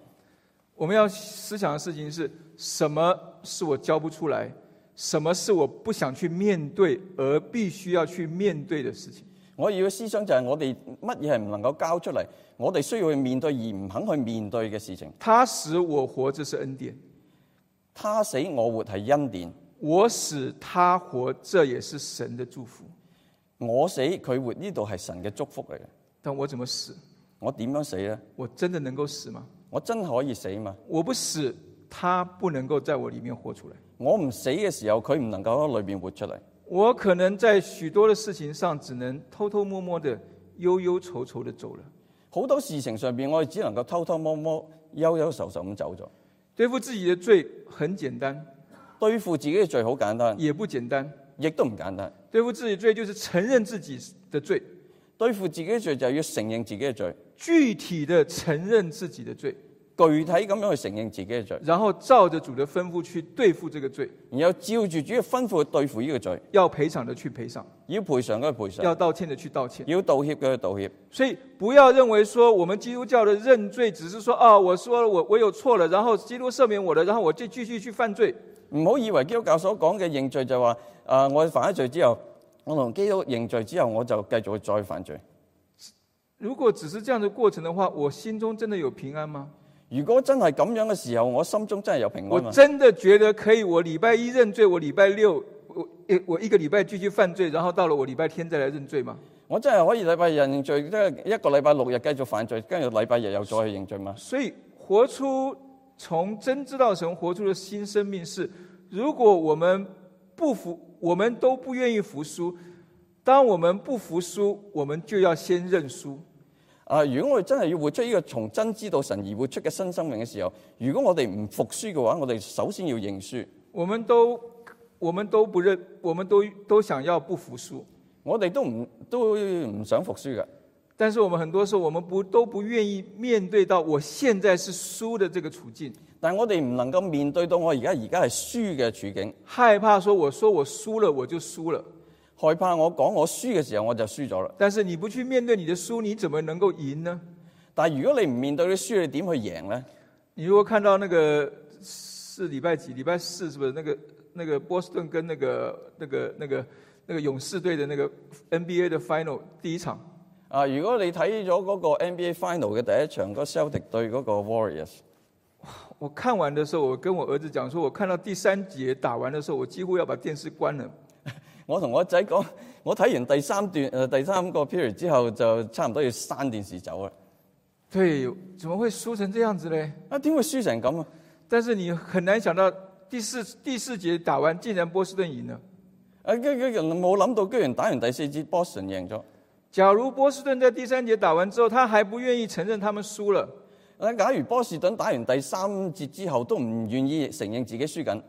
A: 我们要思想的事情是什么是我教不出来，什么是我不想去面对而必须要去面对的事情。
B: 我要嘅思想就係我哋乜嘢係唔能夠交出嚟，我哋需要去面對而唔肯去面對嘅事情。
A: 他使我活，这是恩典；
B: 他死我活係恩典，
A: 我使他活，这也是神的祝福。
B: 我死佢活呢度係神嘅祝福嚟嘅。
A: 但我怎么死？
B: 我點樣死呢？
A: 我真的能够死吗？
B: 我真可以死嘛？
A: 我不死，他不能够在我里面活出来。
B: 我唔死嘅時候，佢唔能夠喺裏面活出嚟。
A: 我可能在许多的事情上，只能偷偷摸摸的、忧忧愁愁的走了。
B: 好多事情上邊，我哋只能夠偷偷摸摸、憂憂愁愁咁走咗。
A: 对付自己的罪很简单，
B: 對付自己嘅罪好簡單，
A: 也不简单。
B: 亦都唔簡單。
A: 对付自己的罪就是承认自己的罪，
B: 對付自己嘅罪就要承認自己嘅罪，
A: 具体的承认自己的罪，
B: 具體咁樣去承認自己嘅罪，
A: 然后照着主的吩咐去对付这个罪，
B: 然後照住主嘅吩咐去對付呢個罪，
A: 要赔偿的去赔偿，
B: 要賠償嘅去賠償，
A: 要道歉的去道歉。
B: 要道歉嘅去道歉。
A: 所以不要认为说我们基督教的认罪只是说啊，我说了我我有错了，然后基督赦免我了，然后我就继续去犯罪。
B: 唔好以為基督教所講嘅認罪就話，啊，我犯咗罪之後，我同基督認罪之後，我就繼續去再犯罪。
A: 如果只是这样的過程的話，我心中真的有平安吗？
B: 如果真係咁樣嘅時候，我心中真係有平
A: 我
B: 安嘛？
A: 真的觉得可以，我礼拜一认罪，我礼拜六我一我一个礼拜继续犯罪，然后到了我礼拜天再来认罪吗？
B: 我真係可以禮拜日認罪，即係一個禮拜六日繼續犯罪，跟住禮拜日又再去認罪嘛？
A: 所以活出从真知道神活出的新生命是，如果我们不服，我们都不愿意服输。当我们不服输，我们就要先认输。
B: 啊！如果我哋真係要活出呢個從真知道神而活出嘅新生命嘅時候，如果我哋唔服輸嘅話，我哋首先要認輸。
A: 我们都我们都不认，我们都都想要不服输，
B: 我哋都唔都唔想服輸嘅，
A: 但是我们很多时候我们不都不愿意面对到我现在是输的这个处境，
B: 但我哋唔能夠面對到我而家而家係輸嘅處境，
A: 害怕说我说我输了我就输了，
B: 害怕我講我輸嘅時候我就輸咗啦。
A: 但是你不去面对你的输，你怎么能够赢呢？
B: 但係如果你唔面對你輸，你點去贏呢？
A: 你如果看到那个是礼拜几？礼拜四是不是？那个那个波士顿跟那个那个那个那个勇士队的那个 NBA 的 Final 第一场，
B: 啊！如果你睇咗嗰個 NBA Final 嘅第一場，嗰個 Celtic 對嗰個 Warriors，
A: 我看完的时候，我跟我儿子讲说，我看到第三节打完的时候，我几乎要把电视关了。
B: 我同我仔講，我睇完第三段誒、呃第三個 period 之後，就差唔多要閂電視走啦。
A: 对，怎么会输成这样子嘞？
B: 啊，點會輸成咁啊？
A: 但是你很难想到第四第四节打完，竟然波士顿赢了。
B: 啊，跟跟冇諗到，居然打完第四節 Boston 贏咗。
A: 假如波士顿在第三节打完之后，他还不愿意承认他们输了，
B: 啊，假如波士頓打完第三節之後都唔願意承認自己輸緊，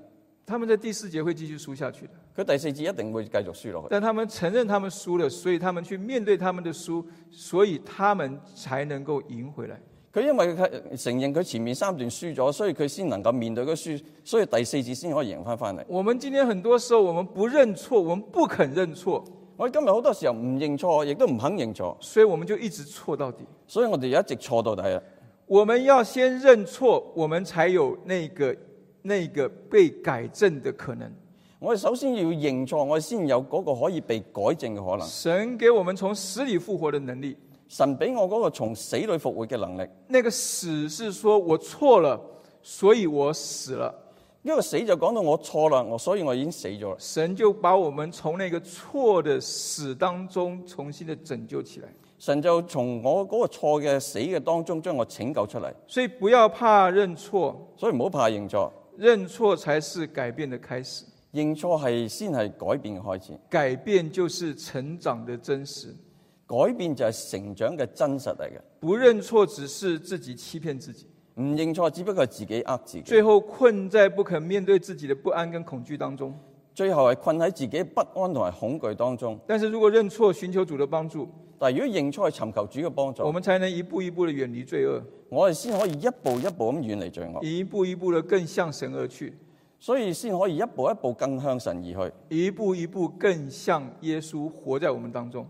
A: 他们在第四節会继续輸下去的。
B: 佢第四節一定會繼續輸落去。
A: 但他们承认他们输了，所以他们去面对他们的输，所以他们才能够赢回来。
B: 佢因為佢承認佢前面三段輸咗，所以佢先能夠面對個輸，所以第四節先可以贏翻翻嚟。
A: 我们今天很多时候我们不认错，我们不肯认错，
B: 我哋今日好多時候唔認錯，亦都唔肯認錯，
A: 所以我们就一直错到底。
B: 所以我哋一直錯到底啦。
A: 我们要先认错，我们才有那个那个被改正的可能。
B: 我哋首先要認錯，我哋先有嗰個可以被改正嘅可能。
A: 神给我们从死里复活的能力，
B: 神俾我嗰個從死裏復活嘅能力，呢、
A: 那个死是说我错了，所以我死了。
B: 個死就講到我錯啦，我所以我已經死咗啦。
A: 神就把我们从那个错的死当中重新的拯救起来。
B: 神就從我嗰個錯嘅死嘅當中將我拯救出嚟，
A: 所以不要怕认错，
B: 所以唔好怕認錯，
A: 认错才是改变的开始。
B: 認錯係先係改變嘅開始，
A: 改变就是成长的真实，
B: 改變就係成長嘅真實嚟嘅。
A: 不认错只是自己欺骗自己，
B: 唔認錯只不過係自己呃自己，
A: 最后困在不肯面对自己的不安跟恐惧当中。
B: 最後係困喺自己不安同埋恐懼當中。
A: 但是如果认错，寻求主的帮助，
B: 但係如果認錯係尋求主嘅幫
A: 我
B: 助，
A: 们才能一步一步的远离罪恶，
B: 我哋先可以一步一步咁遠離罪惡，
A: 一步一步的更向神而去，
B: 所以先可以一步一步更向神而去，
A: 一步一步更像耶稣活在我们当中。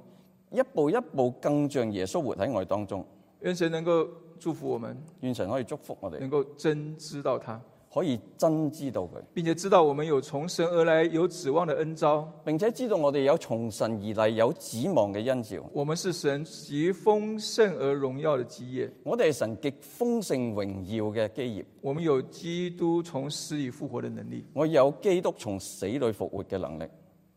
B: 一步一步更像耶穌活喺我哋當中。
A: 愿神能够祝福我们，
B: 願神可以祝福我哋，
A: 能够真知道他，
B: 可以真知道佢。
A: 并且知道我们有从神而来有指望的恩招。
B: 並且知道我哋有從神而嚟有指望嘅恩召，
A: 我们是神极丰盛而荣耀的基业，
B: 我哋係神極豐盛榮耀嘅基業，
A: 我们有基督从死里复活的能力。
B: 我有基督從死裏復活嘅能力。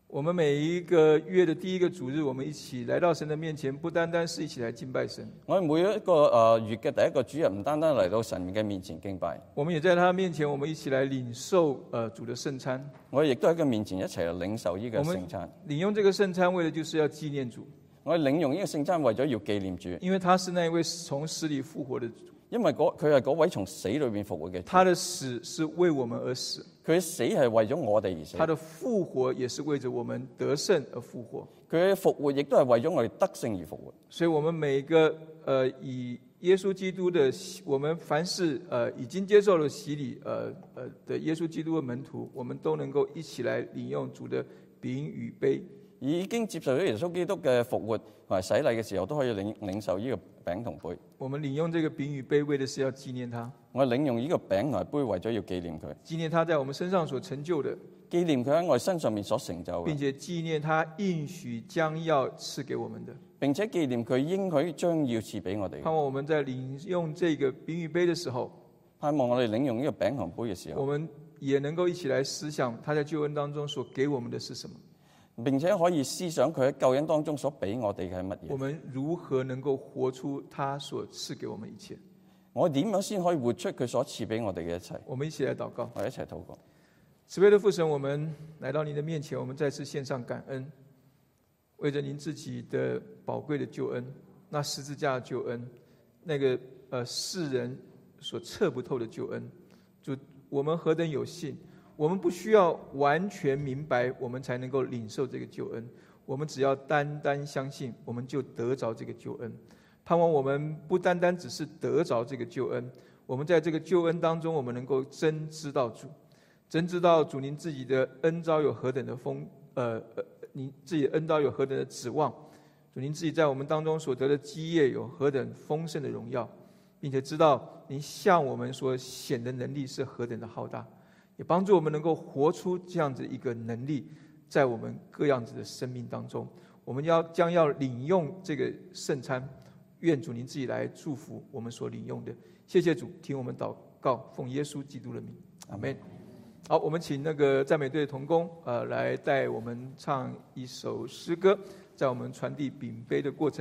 A: 我们每一个月的第一个主日，我们一起来到神的面前，不单单是一起来敬拜神，
B: 我哋每一個誒月嘅第一個主日，唔單單嚟到神嘅面前敬拜，
A: 我们也在他面前，我们一起来领受呃主的圣餐。
B: 我哋亦都喺佢面前一齊嚟領受呢個
A: 我们
B: 聖餐。
A: 领用这个圣餐，为的就是要纪念主，
B: 我哋領用呢個聖餐，為咗要紀念主，
A: 因为他是那一位从死里复活的主，
B: 因為嗰佢係嗰位從死裏邊復活嘅主，
A: 他的死是为我们而死，
B: 佢死係為咗我哋而死
A: 他，的复活也是为着我们得胜而复活。
B: 佢嘅復活亦都係為咗我哋得勝而復活。
A: 所以，我们每一个呃以耶稣基督的洗，我们凡是呃已经接受了洗礼呃呃的耶稣基督的门徒，我们都能够一起来领用主的饼与杯。
B: 已經接受咗耶穌基督嘅復活同埋洗禮嘅時候，都可以領領受呢個餅同杯。
A: 我们领用这个饼与杯，为的是要纪念他，
B: 我哋領用呢個餅同埋杯，為咗要紀念佢，
A: 纪念他在我们身上所成就的，
B: 紀念佢喺我哋身上面所成就
A: 并
B: 嘅，
A: 且纪念他应许将要赐给我们的。
B: 並且紀念佢應許將要賜俾我哋嘅。
A: 盼望我们在领用这个饼与杯的时候，
B: 盼望我哋領用呢個餅同杯嘅時
A: 我
B: 候，
A: 们也能够一起来思想他在救恩当中所给我们的是什么，
B: 並且可以思想佢喺救恩當中所俾我哋嘅係乜
A: 我
B: 嘢。
A: 们如何能够活出他所赐给我们一切。
B: 我點樣先可以活出佢所賜俾我哋嘅一切？
A: 我们一起来祷告，
B: 我哋一齊禱告。
A: 慈悲的父神，我们来到您的面前，我们再次献上感恩，为着您自己的宝贵的救恩，那十字架的救恩，那个呃世人所测不透的救恩，主，我们何等有幸！我们不需要完全明白，我们才能够领受这个救恩。我们只要单单相信，我们就得着这个救恩。盼望我们不单单只是得着这个救恩，我们在这个救恩当中，我们能够真知道主，真知道主您自己的恩招有何等的丰，呃，呃您自己的恩招有何等的指望，主您自己在我们当中所得的基业有何等丰盛的荣耀，并且知道您向我们所显的能力是何等的浩大，也帮助我们能够活出这样子一个能力，在我们各样子的生命当中，我们要将要领用这个圣餐，愿主您自己来祝福我们所领用的。谢谢主，听我们祷告，奉耶稣基督的名，阿门。好，我们请那个赞美队的童工，呃，来带我们唱一首诗歌，在我们传递饼杯的过程。